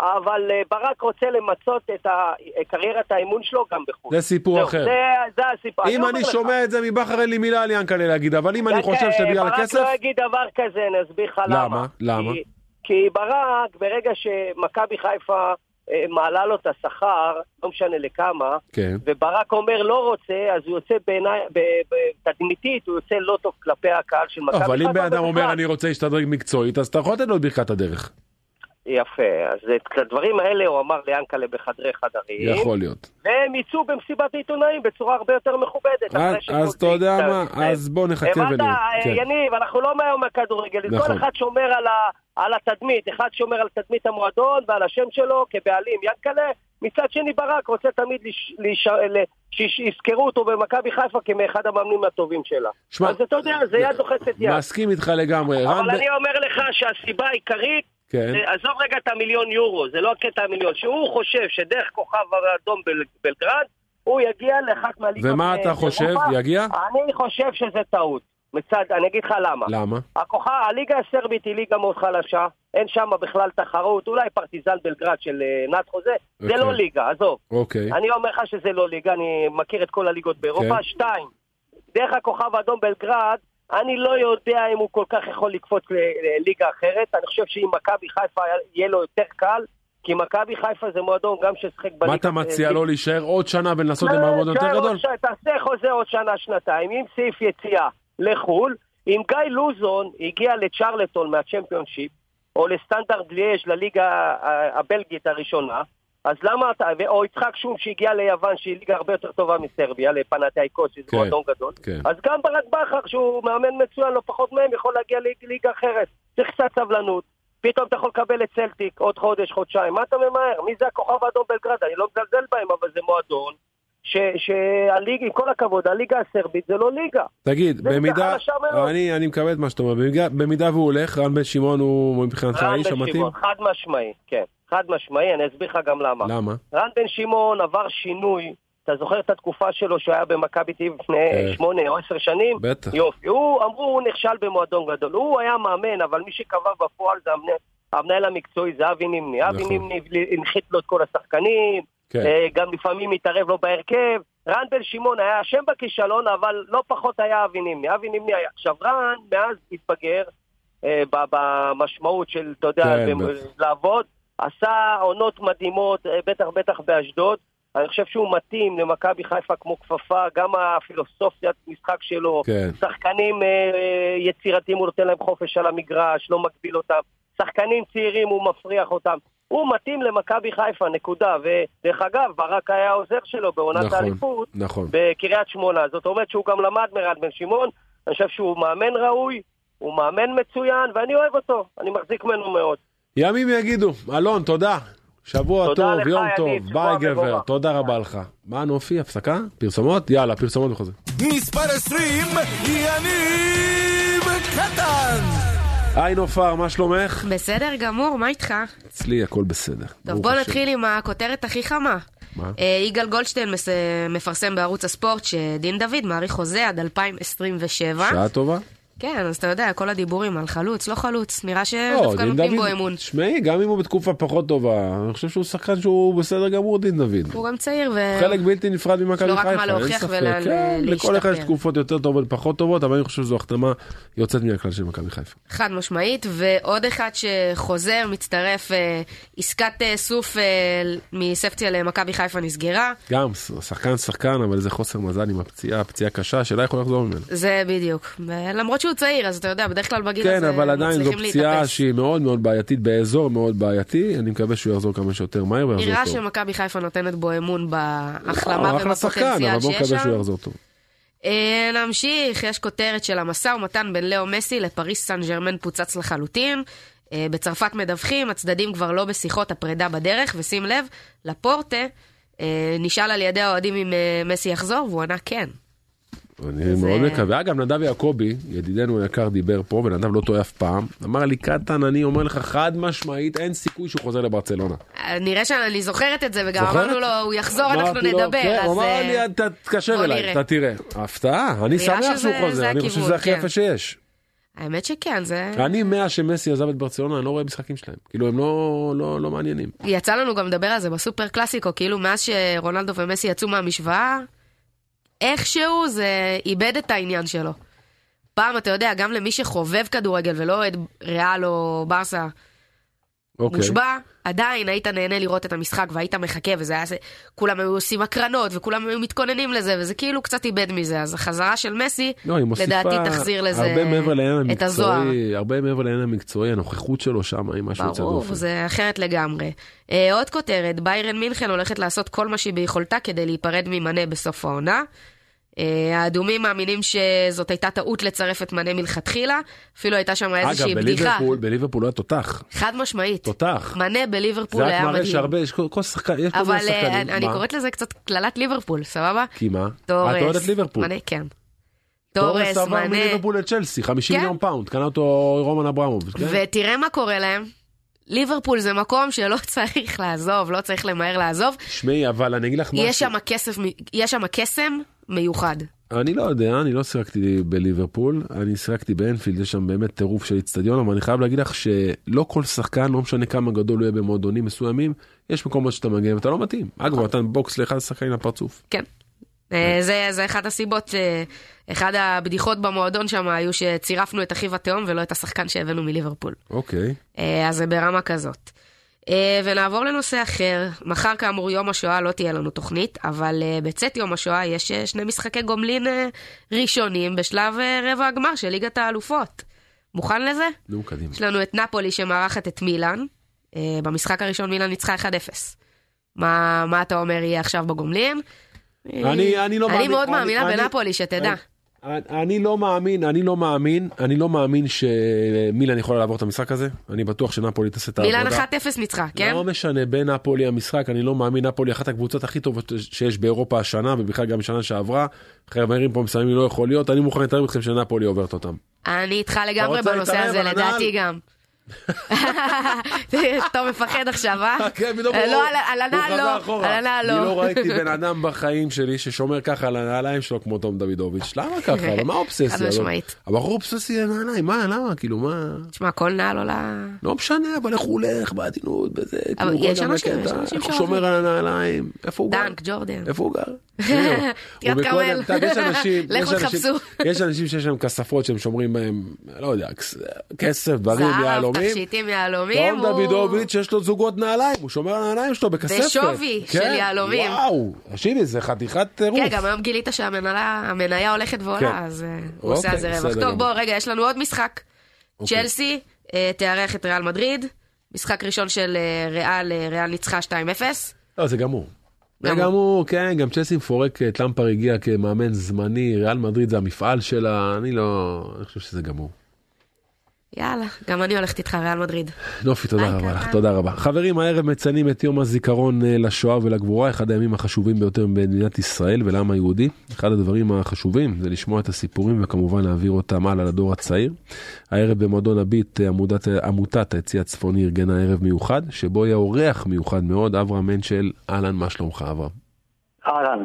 S3: אבל אה, ברק רוצה למצות את ה- אה, קריירת האימון שלו גם בחו"ל.
S2: זה סיפור
S3: זהו,
S2: אחר.
S3: זה- זה הסיפור.
S2: אם
S3: אומר
S2: אני
S3: לך.
S2: שומע את זה מבכר, אין לי מילה על יענקל'ה להגיד, אבל אם אני
S3: רק,
S2: חושב
S3: אה,
S2: שבגלל
S3: ברק
S2: הכסף...
S3: לא יגיד דבר כזה, אני אסביר לך
S2: למה?
S3: למה.
S2: למה?
S3: כי, כי ברק, ברגע שמכבי חיפה אה, מעלה לו את השכר, לא משנה לכמה,
S2: כן.
S3: וברק אומר לא רוצה, אז הוא יוצא בעיניי, ב- ב- תדמיתית, הוא יוצא לא טוב כלפי הקהל של מכבי חיפה.
S2: אבל אם בן אדם אומר
S3: ובכלל.
S2: אני רוצה להשתדרג מקצועית, אז אתה יכול לתת לו את ברכת הדרך.
S3: יפה, אז את הדברים האלה הוא אמר ליענקל'ה בחדרי חדרים.
S2: יכול להיות.
S3: והם יצאו במסיבת עיתונאים בצורה הרבה יותר מכובדת.
S2: אז-
S3: אחרי שכל
S2: אז
S3: זה
S2: אתה יודע
S3: יצא.
S2: מה, אז בוא נחכה
S3: הבנת,
S2: ונראה.
S3: אה,
S2: כן.
S3: יניב, אנחנו לא מהיום הכדורגל,
S2: נכון.
S3: כל אחד שומר על ה- על התדמית, אחד שומר על תדמית המועדון ועל השם שלו כבעלים. ינקלה, מצד שני ברק רוצה תמיד לש- להיש- ל- שיזכרו אותו במכבי חיפה כמאחד המאמנים הטובים שלה.
S2: שמע,
S3: אז אתה יודע, זה יד לוחצת יד.
S2: מסכים איתך לגמרי. רן
S3: אבל
S2: ב-
S3: אני אה, אומר לך שהסיבה העיקרית
S2: כן.
S3: זה- עזוב רגע את המיליון יורו, זה לא הקטע המיליון, שהוא חושב שדרך כוכב האדום בל- בלגרד, הוא יגיע לאחת מהליגות
S2: ומה
S3: אה,
S2: אתה חושב?
S3: באירופה.
S2: יגיע?
S3: אני חושב שזה טעות. מצד, אני אגיד לך למה.
S2: למה?
S3: הכוכב, הליגה הסרבית היא ליגה מאוד חלשה, אין שם בכלל תחרות, אולי פרטיזן בלגרד של אה, נתחו זה, זה
S2: אוקיי.
S3: לא ליגה, עזוב.
S2: אוקיי.
S3: אני אומר לך שזה לא ליגה, אני מכיר את כל הליגות באירופה.
S2: כן.
S3: שתיים, דרך הכוכב האדום בלגרד, אני לא יודע אם הוא כל כך יכול לקפוץ ל- לליגה אחרת. אני חושב שאם מכבי חיפה יהיה לו יותר קל, כי מכבי חיפה זה מועדון גם ששחק בליגה.
S2: מה אתה מציע לא
S3: אה,
S2: לו להישאר עוד שנה ולנסות
S3: לא,
S2: למעמוד יותר
S3: תשאר עוד
S2: גדול?
S3: שנה, תעשה חוזה עוד שנה, שנתיים, עם סעיף יציאה לחו"ל. אם גיא לוזון הגיע לצ'רלטון מהצ'מפיונשיפ, או לסטנדרט ליאז' לליגה ה- הבלגית הראשונה, אז למה אתה, או יצחק שום שהגיע ליוון, שהיא ליגה הרבה יותר טובה מסרביה, לפנתאיקוס, שזה
S2: כן,
S3: מועדון גדול,
S2: כן.
S3: אז גם ברק בכר, שהוא מאמן מצוין, לא פחות מהם, יכול להגיע לליג- ליגה אחרת. צריך קצת סבלנות. פתאום אתה יכול לקבל את צלטיק עוד חודש, חודשיים. מה אתה ממהר? מי זה הכוכב האדום בלגרד? אני לא מזלזל בהם, אבל זה מועדון. ש- שהליגה, עם כל הכבוד, הליגה הסרבית זה לא ליגה.
S2: תגיד,
S3: זה
S2: במידה...
S3: ככה לשם אה, מאוד.
S2: אני אני מקבל את מה שאתה אומר. במידה- במידה והוא הולך, רן בן שמעון הוא מבחינתך
S3: רן
S2: האיש
S3: בן
S2: המתאים?
S3: שמעון, חד משמעי, כן. חד משמעי, אני אסביר לך גם למה.
S2: למה?
S3: רן בן שמעון עבר שינוי, אתה זוכר את התקופה שלו שהיה במכבי תל אביב
S2: כן.
S3: לפני שמונה או עשר שנים?
S2: בטח.
S3: יופי. הוא, אמרו, הוא נכשל במועדון גדול. הוא היה מאמן, אבל מי שקבע בפועל זה המנה- המנהל המקצועי, זה אבי נימני. אבי
S2: נכון.
S3: נימני הנחית לו את כל השחקנים,
S2: כן.
S3: אה, גם לפעמים התערב לו בהרכב. רן בן שמעון היה אשם בכישלון, אבל לא פחות היה אבי נימני. אבי נימני היה... עכשיו, רן מאז התבגר אה, ב- במשמעות של, אתה יודע,
S2: כן,
S3: במ-
S2: בטח.
S3: לעבוד. עשה עונות מדהימות, אה, בטח בטח באשדוד. אני חושב שהוא מתאים למכבי חיפה כמו כפפה, גם הפילוסופיית משחק שלו,
S2: כן.
S3: שחקנים אה, אה, יצירתיים, הוא נותן להם חופש על המגרש, לא מגביל אותם. שחקנים צעירים, הוא מפריח אותם. הוא מתאים למכבי חיפה, נקודה. ודרך אגב, ברק היה העוזר שלו בעונת
S2: נכון,
S3: האליפות
S2: נכון.
S3: בקריית שמונה. זאת אומרת שהוא גם למד מרן בן שמעון. אני חושב שהוא מאמן ראוי, הוא מאמן מצוין, ואני אוהב אותו. אני מחזיק ממנו מאוד.
S2: ימים יגידו. אלון, תודה. שבוע
S3: תודה
S2: טוב,
S3: לך,
S2: יום
S3: יניב,
S2: טוב.
S3: שבוע
S2: ביי
S3: מבורך.
S2: גבר, תודה רבה לך. מה נופי, הפסקה? פרסומות? יאללה, פרסומות וחוזר.
S1: מספר 20, יניב קטן.
S2: היי נופר, מה שלומך?
S5: בסדר גמור, מה איתך?
S2: אצלי הכל בסדר.
S5: טוב,
S2: ברוך
S5: בוא
S2: השם.
S5: נתחיל עם הכותרת הכי חמה.
S2: מה?
S5: אה, יגאל גולדשטיין מס- אה, מפרסם בערוץ הספורט שדין דוד מעריך חוזה עד 2027.
S2: שעה טובה?
S5: כן, אז אתה יודע, כל הדיבורים על חלוץ, לא חלוץ, נראה
S2: לא,
S5: שדווקא
S2: דין
S5: נותנים בו
S2: דוד,
S5: אמון.
S2: תשמעי, גם אם הוא בתקופה פחות טובה, אני חושב שהוא שחקן שהוא בסדר גמור, דין דוד.
S5: הוא גם צעיר ו...
S2: חלק בלתי נפרד ממכבי
S5: לא
S2: חיפה,
S5: רק מה
S2: אין
S5: להוכיח
S2: ספק.
S5: ולאן,
S2: כן,
S5: אה,
S2: לכל אחד יש
S5: להשתפר.
S2: תקופות יותר טובות, פחות טובות, אבל אני חושב שזו החתמה יוצאת מן הכלל של מכבי חיפה.
S5: חד משמעית, ועוד אחד שחוזר, מצטרף, אה, עסקת אה, סוף אה, מספציה למכבי חיפה נסגרה.
S2: גם שחקן שחקן, אבל זה חוסר מזל עם הפציעה, פציעה קשה, השאלה איך הוא יחזור ממנה.
S5: זה בדיוק. ו- למרות שהוא צעיר, אז אתה יודע, בדרך כלל בגיל
S2: כן,
S5: הזה
S2: אבל עדיין זו
S5: מצליחים
S2: פציעה
S5: להתאפס.
S2: שהיא מאוד מאוד בעייתית, באזור מאוד בעייתי, אני מקווה שהוא יחזור כמה שיותר מהר ויחזור
S5: נראה
S2: טוב.
S5: שמכבי חיפה נותנת בו אמון
S2: הוא
S5: בהחלמה
S2: אחלה שחקן,
S5: ובפוטנציאל
S2: אבל בוא
S5: שיש
S2: נקווה שהוא
S5: שם.
S2: יחזור טוב.
S5: אה, נמשיך, יש כותרת של המשא ומתן בין לאו מסי לפריס סן ג'רמן פוצץ לחלוטין. אה, בצרפת מדווחים, הצדדים כבר לא בשיחות הפרידה בדרך, ושים לב, לפורטה אה, נשאל על ידי האוהדים אם אה, מסי יחזור, והוא ענה כן.
S2: אני
S5: זה-
S2: מאוד מקווה. אגב, נדב יעקבי, ידידנו היקר, דיבר פה, ונדב לא טועה אף פעם, אמר לי, קטן, אני אומר לך חד משמעית, אין סיכוי שהוא חוזר לברצלונה.
S5: אה, נראה שאני זוכרת את זה, וגם
S2: זוכרת?
S5: אמרנו לו, הוא יחזור, אנחנו
S2: אמרתי לו, כן,
S5: נדבר, אז...
S2: הוא אמר
S5: אה,
S2: לי, "אתה תתקשר
S5: בוא
S2: אליי,
S5: נראה."
S2: אתה תראה. הפתעה, אני
S5: נראה
S2: שמח שהוא
S5: שזה-
S2: חוזר,
S5: זה
S2: אני חושב
S5: הכיוון,
S2: שזה הכי
S5: כן.
S2: יפה שיש.
S5: האמת שכן, זה...
S2: אני, מאה שמסי עזב את ברצלונה, אני לא רואה משחקים שלהם. כאילו, הם לא- לא לא מעניינים.
S5: יצא לנו גם לדבר על זה בסופר קלאסיקו, כאילו מאז שרונלדו ומסי יצאו מהמשוואה, איכשהו זה איבד את העניין שלו. פעם, אתה יודע, גם למי שחובב כדורגל ולא אוהד ריאל או ברסה
S2: אוקיי.
S5: מושבע, עדיין היית נהנה לראות את המשחק והיית מחכה, וזה היה... זה- כולם היו עושים הקרנות וכולם היו מתכוננים לזה, וזה כאילו קצת איבד מזה, אז החזרה של מסי,
S2: לא, היא מוסיפה
S5: לדעתי תחזיר לזה
S2: הרבה מעבר לעניין
S5: את הזוהר.
S2: המקצועי, הרבה מעבר לעניין המקצועי, הנוכחות שלו שם היא משהו יוצא
S5: ברור,
S2: דופן.
S5: זה אחרת לגמרי. אה, עוד כותרת, ביירן מינכן הולכת לעשות כל מה שהיא ביכולתה כדי להיפרד ממנה בסוף העונה. אה, האדומים מאמינים שזאת הייתה טעות לצרף את מנה מלכתחילה, אפילו הייתה שם
S2: אגב,
S5: איזושהי בדיחה.
S2: בליברפול, בליברפול הוא היה תותח.
S5: חד משמעית.
S2: תותח.
S5: מנה
S2: זה
S5: בליברפול
S2: רק
S5: היה
S2: מראה
S5: מדהים.
S2: שהרבה, יש כל כל שחקן, יש כל מיני
S5: אבל אה,
S2: שחקנים.
S5: אני- אני
S2: מה?
S5: קוראת לזה קצת קללת ליברפול, סבבה?
S2: כי מה? את
S5: תורס.
S2: אוהדת ליברפול.
S5: מנה, כן.
S2: תורס
S5: תורס,
S2: עבר
S5: מנה.
S2: מליברפול לצ'לסי, 50
S5: כן.
S2: מיליון פאונד, קנה אותו רומן אברמוב. כן?
S5: ותראה מה קורה להם. ליברפול זה מקום שלא צריך לעזוב, לא צריך למהר לעזוב.
S2: שמעי, אבל אני אגיד לך משהו.
S5: יש שם כסף, יש שם קסם מיוחד.
S2: אני לא יודע, אני לא שיחקתי בליברפול, אני שיחקתי באנפילד, יש שם באמת טירוף של איצטדיון, אבל אני חייב להגיד לך שלא כל שחקן, לא משנה כמה גדול הוא יהיה במועדונים מסוימים, יש מקומות שאתה מגיע ואתה לא מתאים. אגב, הוא נתן בוקס לאחד השחקנים לפרצוף.
S5: כן. אה, זה, זה אחת הסיבות, אה, אחד הבדיחות במועדון שם היו שצירפנו את אחיו התאום ולא את השחקן שהבאנו מליברפול.
S2: אוקיי.
S5: אה, אז זה ברמה כזאת. אה, ונעבור לנושא אחר. מחר כאמור יום השואה לא תהיה לנו תוכנית, אבל אה, בצאת יום השואה יש אה, שני משחקי גומלין אה, ראשונים בשלב אה, רבע הגמר של ליגת האלופות. מוכן לזה?
S2: נו, קדימה.
S5: יש לנו את נפולי שמארחת את מילאן. אה, במשחק הראשון מילאן ניצחה 1-0. מה, מה אתה אומר יהיה עכשיו בגומלין?
S2: אני- אני לא
S5: אני
S2: מאמין-
S5: מאוד
S2: אני-
S5: מאמינה
S2: אני- אה,
S5: בנפולי, שתדע.
S2: אני אני לא מאמין, אני לא מאמין, אני לא מאמין שמילן יכולה לעבור את המשחק הזה. אני בטוח שנפולי תעשה את העבודה.
S5: מילאן 1-0 ניצחה, כן?
S2: לא משנה, בין נפולי המשחק, אני לא מאמין, נפולי אחת הקבוצות הכי טובות שיש באירופה השנה, ובכלל גם שנה שעברה. חברים פה מסיימים לא יכול להיות, אני מוכן להתערב איתכם שנפולי עוברת אותם.
S5: אני איתך לגמרי
S2: רוצה
S5: בנושא
S2: להתערב
S5: הזה,
S2: על הנעל?
S5: לדעתי גם. אתה מפחד עכשיו, אה?
S2: כן, פתאום
S5: אה,
S2: הוא-
S5: לא, על- על
S2: הוא
S5: הנעל
S2: חזר
S5: לא,
S2: אחורה.
S5: על הנעל
S2: אני לא
S5: לא.
S2: ראיתי בן אדם בחיים שלי ששומר ככה על הנעליים שלו כמו תום דוידוביץ'. למה ככה? אבל מה האובססיה?
S5: חד משמעית.
S2: הבחור אובססי לנעליים, מה, למה? כאילו, מה?
S5: תשמע, כל נעל עולה...
S2: לא משנה, אבל איך הוא הולך בעדינות, בזה,
S5: אבל
S2: כאילו,
S5: יש
S2: כל
S5: אנשים-
S2: הקטע,
S5: יש אנשים
S2: איך הוא
S5: שאוהבים.
S2: שומר על הנעליים, איפה הוא גר?
S5: דנק, ג'ורדן.
S2: איפה כאילו, הוא גר?
S5: קריית
S2: הוא בכל-
S5: כרמל.
S2: טוב, יש אנשים-
S5: לכו
S2: יש אנשים-
S5: תחפשו.
S2: יש אנשים שיש להם כספות שהם שומרים בהם, לא יודע, כס- כסף, דברים,
S5: זהב,
S2: יהלומים.
S5: תכשיטים, יהלומים.
S2: תום
S5: הוא-
S2: דוידוביץ' יש לו זוגות נעליים, הוא שומר על הנעליים שלו בכספת.
S5: בשווי של
S2: כן,
S5: יהלומים.
S2: וואו, תקשיבי, זה חתיכת טירוף.
S5: כן, גם היום גילית שהמניה המניה הולכת
S2: כן.
S5: ועולה, אז אה, הוא
S2: אוקיי,
S5: עושה על זה
S2: בסדר
S5: רווח. טוב,
S2: גמור.
S5: בוא, רגע, יש לנו עוד משחק.
S2: אוקיי.
S5: צ'לסי אה, תארח את ריאל מדריד. משחק ראשון של אה, ריאל, אה, ריאל ניצחה 2-0.
S2: לא, זה גמור. זה
S5: גמור.
S2: גמור, כן, גם צ'לסי מפורקת, למפר הגיע כמאמן זמני, ריאל מדריד זה המפעל שלה, אני לא, אני חושב שזה גמור.
S5: יאללה, גם אני הולכת איתך, ריאל מדריד.
S2: נופי, תודה
S5: ביי,
S2: רבה לך,
S5: קטן.
S2: תודה רבה. חברים, הערב מציינים את יום הזיכרון אה, לשואה ולגבורה, אחד הימים החשובים ביותר במדינת ישראל ולעם היהודי. אחד הדברים החשובים זה לשמוע את הסיפורים וכמובן להעביר אותם הלאה לדור הצעיר. הערב במועדון הביט, אה, עמותת, עמותת היציא הצפוני ארגנה ערב מיוחד, שבו יהיה אורח מיוחד מאוד, אברהם מנצ'ל, אהלן, מה שלומך אברהם?
S6: אהלן,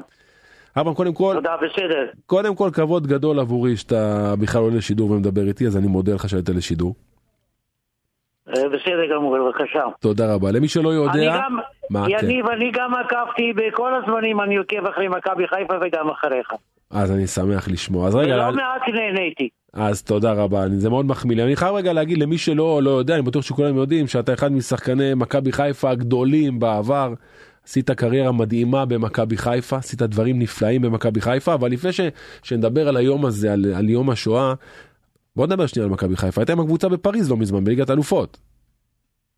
S2: אברהם, קודם כל,
S6: תודה, בסדר.
S2: קודם כל כבוד גדול עבורי שאתה בכלל עולה לשידור ומדבר איתי, אז אני מודה לך שהיית לשידור.
S6: אה, בסדר גמור, בבקשה.
S2: תודה רבה. למי שלא
S6: אני
S2: יודע...
S6: גם,
S2: מה, כן.
S6: יניב, אני גם עקבתי בכל הזמנים, אני עוקב אחרי מכבי חיפה וגם אחריך.
S2: אז אני שמח לשמוע. אז רגע,
S6: ולא
S2: אל-
S6: מעט נהניתי.
S2: אז תודה רבה, אני- זה מאוד מחמיא לי. אני חייב רגע להגיד למי שלא לא יודע, אני בטוח שכולם יודעים שאתה אחד משחקני מכבי חיפה הגדולים בעבר. עשית קריירה מדהימה במכבי חיפה, עשית דברים נפלאים במכבי חיפה, אבל לפני ש, שנדבר על היום הזה, על, על יום השואה, בוא נדבר שנייה על מכבי חיפה. הייתה עם הקבוצה בפריז לא מזמן, בליגת אלופות.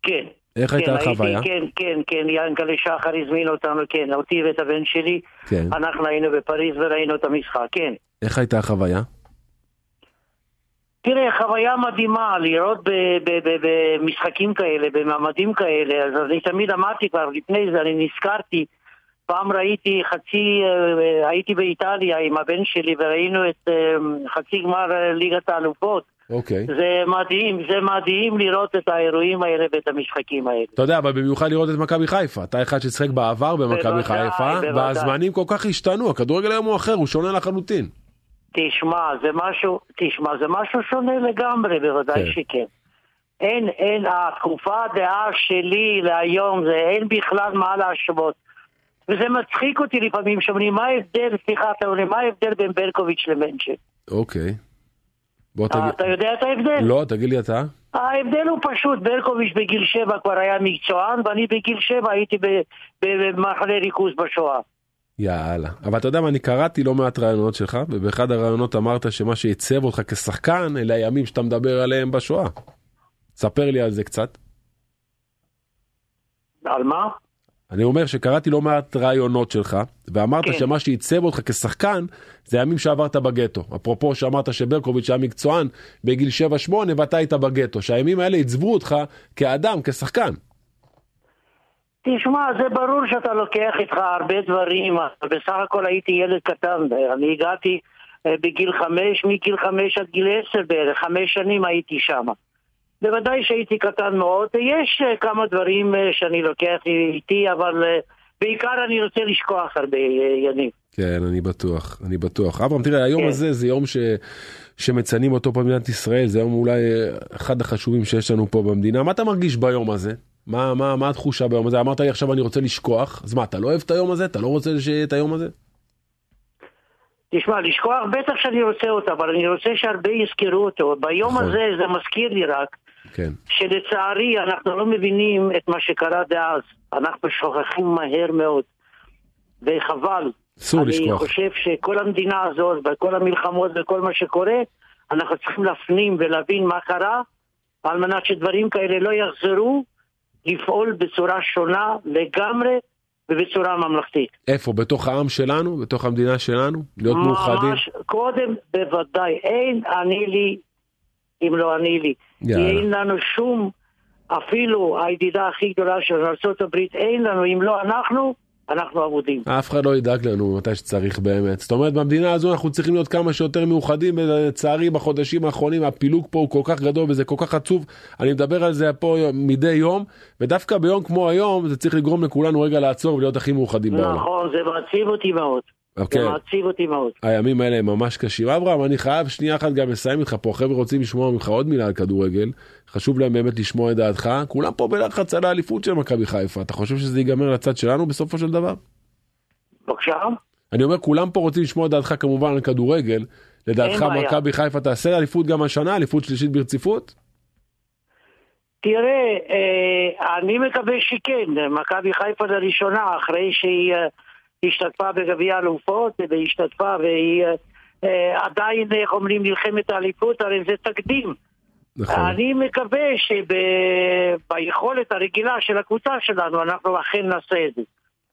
S6: כן.
S2: איך הייתה
S6: כן, הייתי,
S2: החוויה?
S6: כן, כן, כן, יענקלה שחר הזמין אותנו, כן, אותי ואת הבן שלי.
S2: כן.
S6: אנחנו היינו בפריז וראינו את המשחק, כן.
S2: איך הייתה החוויה?
S3: תראה, חוויה מדהימה לראות ב- ב- ב- במשחקים כאלה, במעמדים כאלה, אז אני תמיד אמרתי כבר לפני זה, אני נזכרתי, פעם ראיתי חצי, אה, הייתי באיטליה עם הבן שלי וראינו את אה, חצי גמר אה, ליגת האלופות.
S2: אוקיי.
S3: זה מדהים, זה מדהים לראות את האירועים האלה ואת המשחקים האלה.
S2: אתה יודע, אבל במיוחד לראות את מכבי חיפה. אתה אחד ששיחק בעבר במכבי
S3: בוודאי,
S2: חיפה,
S3: בוודאי.
S2: והזמנים כל כך השתנו, הכדורגל היום הוא אחר, הוא שונה לחלוטין.
S3: תשמע, זה משהו, תשמע, זה משהו שונה לגמרי, בוודאי
S2: כן.
S3: כן. שכן. אין, אין, התקופה הדעה שלי להיום, זה אין בכלל מה להשוות. וזה מצחיק אותי לפעמים, שאומרים, מה ההבדל, סליחה, אתה אומר, מה ההבדל בין ברקוביץ' למנצ'ל?
S2: אוקיי. בוא
S3: אתה
S2: תגיד...
S3: יודע את ההבדל?
S2: לא, תגיד לי אתה.
S3: ההבדל הוא פשוט, ברקוביץ' בגיל שבע כבר היה מקצוען, ואני בגיל שבע הייתי ב- ב- במחנה ריכוז בשואה.
S2: יאללה. אבל אתה יודע מה, אני קראתי לא מעט רעיונות שלך, ובאחד הרעיונות אמרת שמה שעיצב אותך כשחקן, אלה הימים שאתה מדבר עליהם בשואה. ספר לי על זה קצת.
S3: על מה?
S2: אני אומר שקראתי לא מעט רעיונות שלך, ואמרת כן.
S3: כן.
S2: שמה שעיצב אותך כשחקן, זה הימים שעברת בגטו. אפרופו שאמרת שברקוביץ' היה מקצוען בגיל 7-8 ואתה היית בגטו, שהימים האלה עיצבו אותך כאדם, כשחקן.
S3: תשמע, זה ברור שאתה לוקח איתך הרבה דברים, אבל בסך הכל הייתי ילד קטן, אני הגעתי אה, בגיל חמש, מגיל חמש עד גיל עשר בערך, חמש שנים הייתי שם. בוודאי שהייתי קטן מאוד, יש אה, כמה דברים אה, שאני לוקח איתי, אבל אה, בעיקר אני רוצה לשכוח הרבה, אה, יניב.
S2: כן, אני בטוח, אני בטוח. אברהם, תראה, היום
S3: כן.
S2: הזה זה יום ש... שמציינים אותו פה במדינת ישראל, זה יום אולי אה, אחד החשובים שיש לנו פה במדינה. מה אתה מרגיש ביום הזה? מה, מה, מה התחושה ביום הזה? אמרת לי עכשיו אני רוצה לשכוח, אז מה, אתה לא אוהב את היום הזה? אתה לא רוצה שיהיה את היום הזה?
S3: תשמע, לשכוח בטח שאני רוצה אותו, אבל אני רוצה שהרבה יזכרו אותו. ביום
S2: נכון.
S3: הזה זה מזכיר לי רק
S2: כן.
S3: שלצערי אנחנו לא מבינים את מה שקרה דאז. אנחנו שוכחים מהר מאוד, וחבל.
S2: אסור
S3: אני
S2: לשכוח.
S3: חושב שכל המדינה הזאת, וכל המלחמות וכל מה שקורה, אנחנו צריכים להפנים ולהבין מה קרה, על מנת שדברים כאלה לא יחזרו, לפעול בצורה שונה לגמרי ובצורה ממלכתית.
S2: איפה? בתוך העם שלנו? בתוך המדינה שלנו? להיות מאוחדים?
S3: ממש, קודם בוודאי, אין אני לי אם לא אני לי. כי
S2: יאללה.
S3: אין לנו שום, אפילו הידידה הכי גדולה של ארה"ב, אין לנו, אם לא אנחנו, אנחנו אבודים.
S2: אף אחד לא ידאג לנו מתי שצריך באמת. זאת אומרת, במדינה הזו אנחנו צריכים להיות כמה שיותר מאוחדים, ולצערי בחודשים האחרונים הפילוג פה הוא כל כך גדול וזה כל כך עצוב. אני מדבר על זה פה מדי יום, ודווקא ביום כמו היום זה צריך לגרום לכולנו רגע לעצור ולהיות הכי מאוחדים בעולם.
S3: נכון, זה מעציב אותי מאוד.
S2: אוקיי.
S3: זה מעציב אותי מאוד.
S2: הימים האלה הם ממש קשים. אברהם, אני חייב שנייה אחת גם לסיים איתך פה, החבר'ה רוצים לשמוע ממך עוד מילה על כדורגל, חשוב להם באמת לשמוע את דעתך, כולם פה בלחץ על האליפות של מכבי חיפה, אתה חושב שזה ייגמר לצד שלנו בסופו של דבר?
S3: בבקשה?
S2: אני אומר, כולם פה רוצים לשמוע את דעתך כמובן על כדורגל, לדעתך
S3: אין בעיה.
S2: מכבי חיפה תעשה אליפות גם השנה, אליפות שלישית ברציפות?
S3: תראה, אה, אני מקווה שכן, מכבי חיפה לראשונה, אחרי שהיא אה, השתתפה בגביע אלופות, והשתתפה, והיא אה, אה, עדיין, איך אומרים, נלחמת האליפות, הרי זה תקדים.
S2: נכון.
S3: אני מקווה שביכולת הרגילה של הקבוצה שלנו אנחנו אכן נעשה את זה.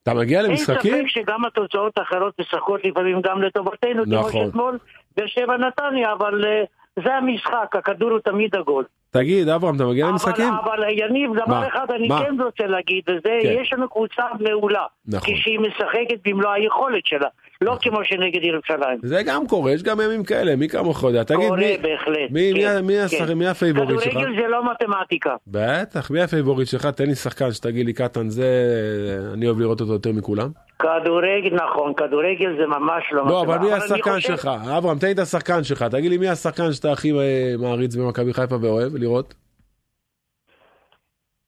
S2: אתה מגיע
S3: אין ספק
S2: למשחקים?
S3: שגם התוצאות האחרות משחקות לפעמים גם לטובתנו,
S2: נכון.
S3: כמו שאתמול באר שבע נתניה, אבל אה, זה המשחק, הכדור הוא תמיד עגול.
S2: תגיד, אברהם, אתה מגיע
S3: אבל,
S2: למשחקים?
S3: אבל אה, יניב, דבר
S2: מה?
S3: אחד אני
S2: מה?
S3: כן רוצה להגיד, וזה,
S2: כן.
S3: יש לנו קבוצה מעולה.
S2: נכון.
S3: כשהיא משחקת במלוא היכולת שלה, לא כמו שנגד ירושלים.
S2: זה גם קורה, יש גם ימים כאלה, מי כמוך יודע. תגיד,
S3: קורה
S2: מי-
S3: בהחלט.
S2: מי- מי
S3: כן,
S2: ה- מי
S3: כן.
S2: השחק- מי הפייבוריט שלך?
S3: כדורגל זה לא מתמטיקה.
S2: בטח, מי הפייבוריט שלך? תן לי שחקן שתגיד לי קטן, זה... אני אוהב לראות אותו יותר מכולם.
S3: כדורגל, נכון, כדורגל זה ממש לא
S2: לא, אבל מי
S3: אני
S2: השחקן
S3: חושב-
S2: שלך? אברהם, תן לי את השחקן שלך, תגיד לי מי השחקן שאתה הכי אה, מעריץ במכבי חיפה ואוהב לראות?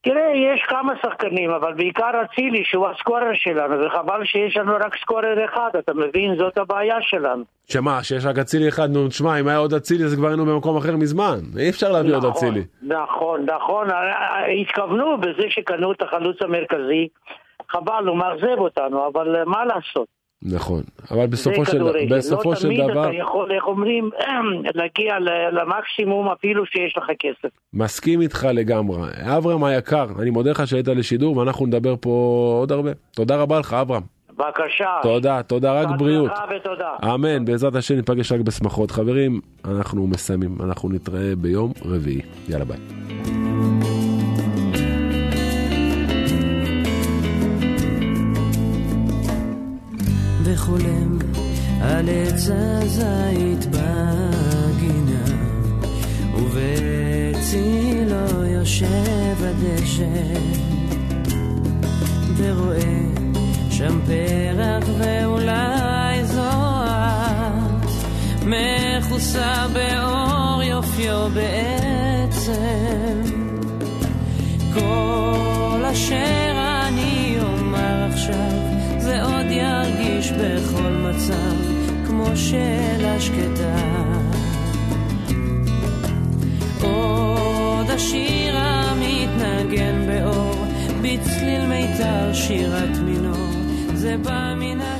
S3: תראה, יש כמה שחקנים, אבל בעיקר אצילי, שהוא הסקורר שלנו, וחבל שיש לנו רק סקורר אחד, אתה מבין? זאת הבעיה שלנו.
S2: שמה, שיש רק אצילי אחד, נו, תשמע, אם היה עוד אצילי אז כבר היינו במקום אחר מזמן. אי אפשר להביא עוד
S3: נכון,
S2: אצילי.
S3: נכון, נכון. התכוונו בזה שקנו את החלוץ המרכזי. חבל, הוא מאכזב אותנו, אבל אה, מה לעשות?
S2: נכון, אבל
S3: זה
S2: בסופו של,
S3: כדורגל.
S2: בסופו
S3: לא
S2: של
S3: תמיד
S2: דבר,
S3: אתה יכול, איך אומרים, להגיע ל- למקסימום אפילו שיש לך כסף.
S2: מסכים איתך לגמרי.
S3: אה,
S2: אברהם היקר, אני מודה לך שהיית לשידור ואנחנו נדבר פה עוד הרבה. תודה רבה לך, אברהם.
S7: בבקשה.
S2: תודה, תודה, רק בריאות.
S7: בהצלחה ותודה.
S2: אמן, בעזרת השם ניפגש רק בשמחות. חברים, אנחנו מסיימים, אנחנו נתראה ביום רביעי. יאללה ביי.
S8: וחולם על עץ הזית בגינה, ובצילו יושב הדשא, ורואה שם פרח ואולי זוהר, מכוסה באור יופיו בעצם. כל אשר אני אומר עכשיו, זה עוד ירגיש בכל מצב, כמו שאלה שקטה. עוד השיר המתנגן באור, בצליל מיתר שירת מינור, זה בא מן ה...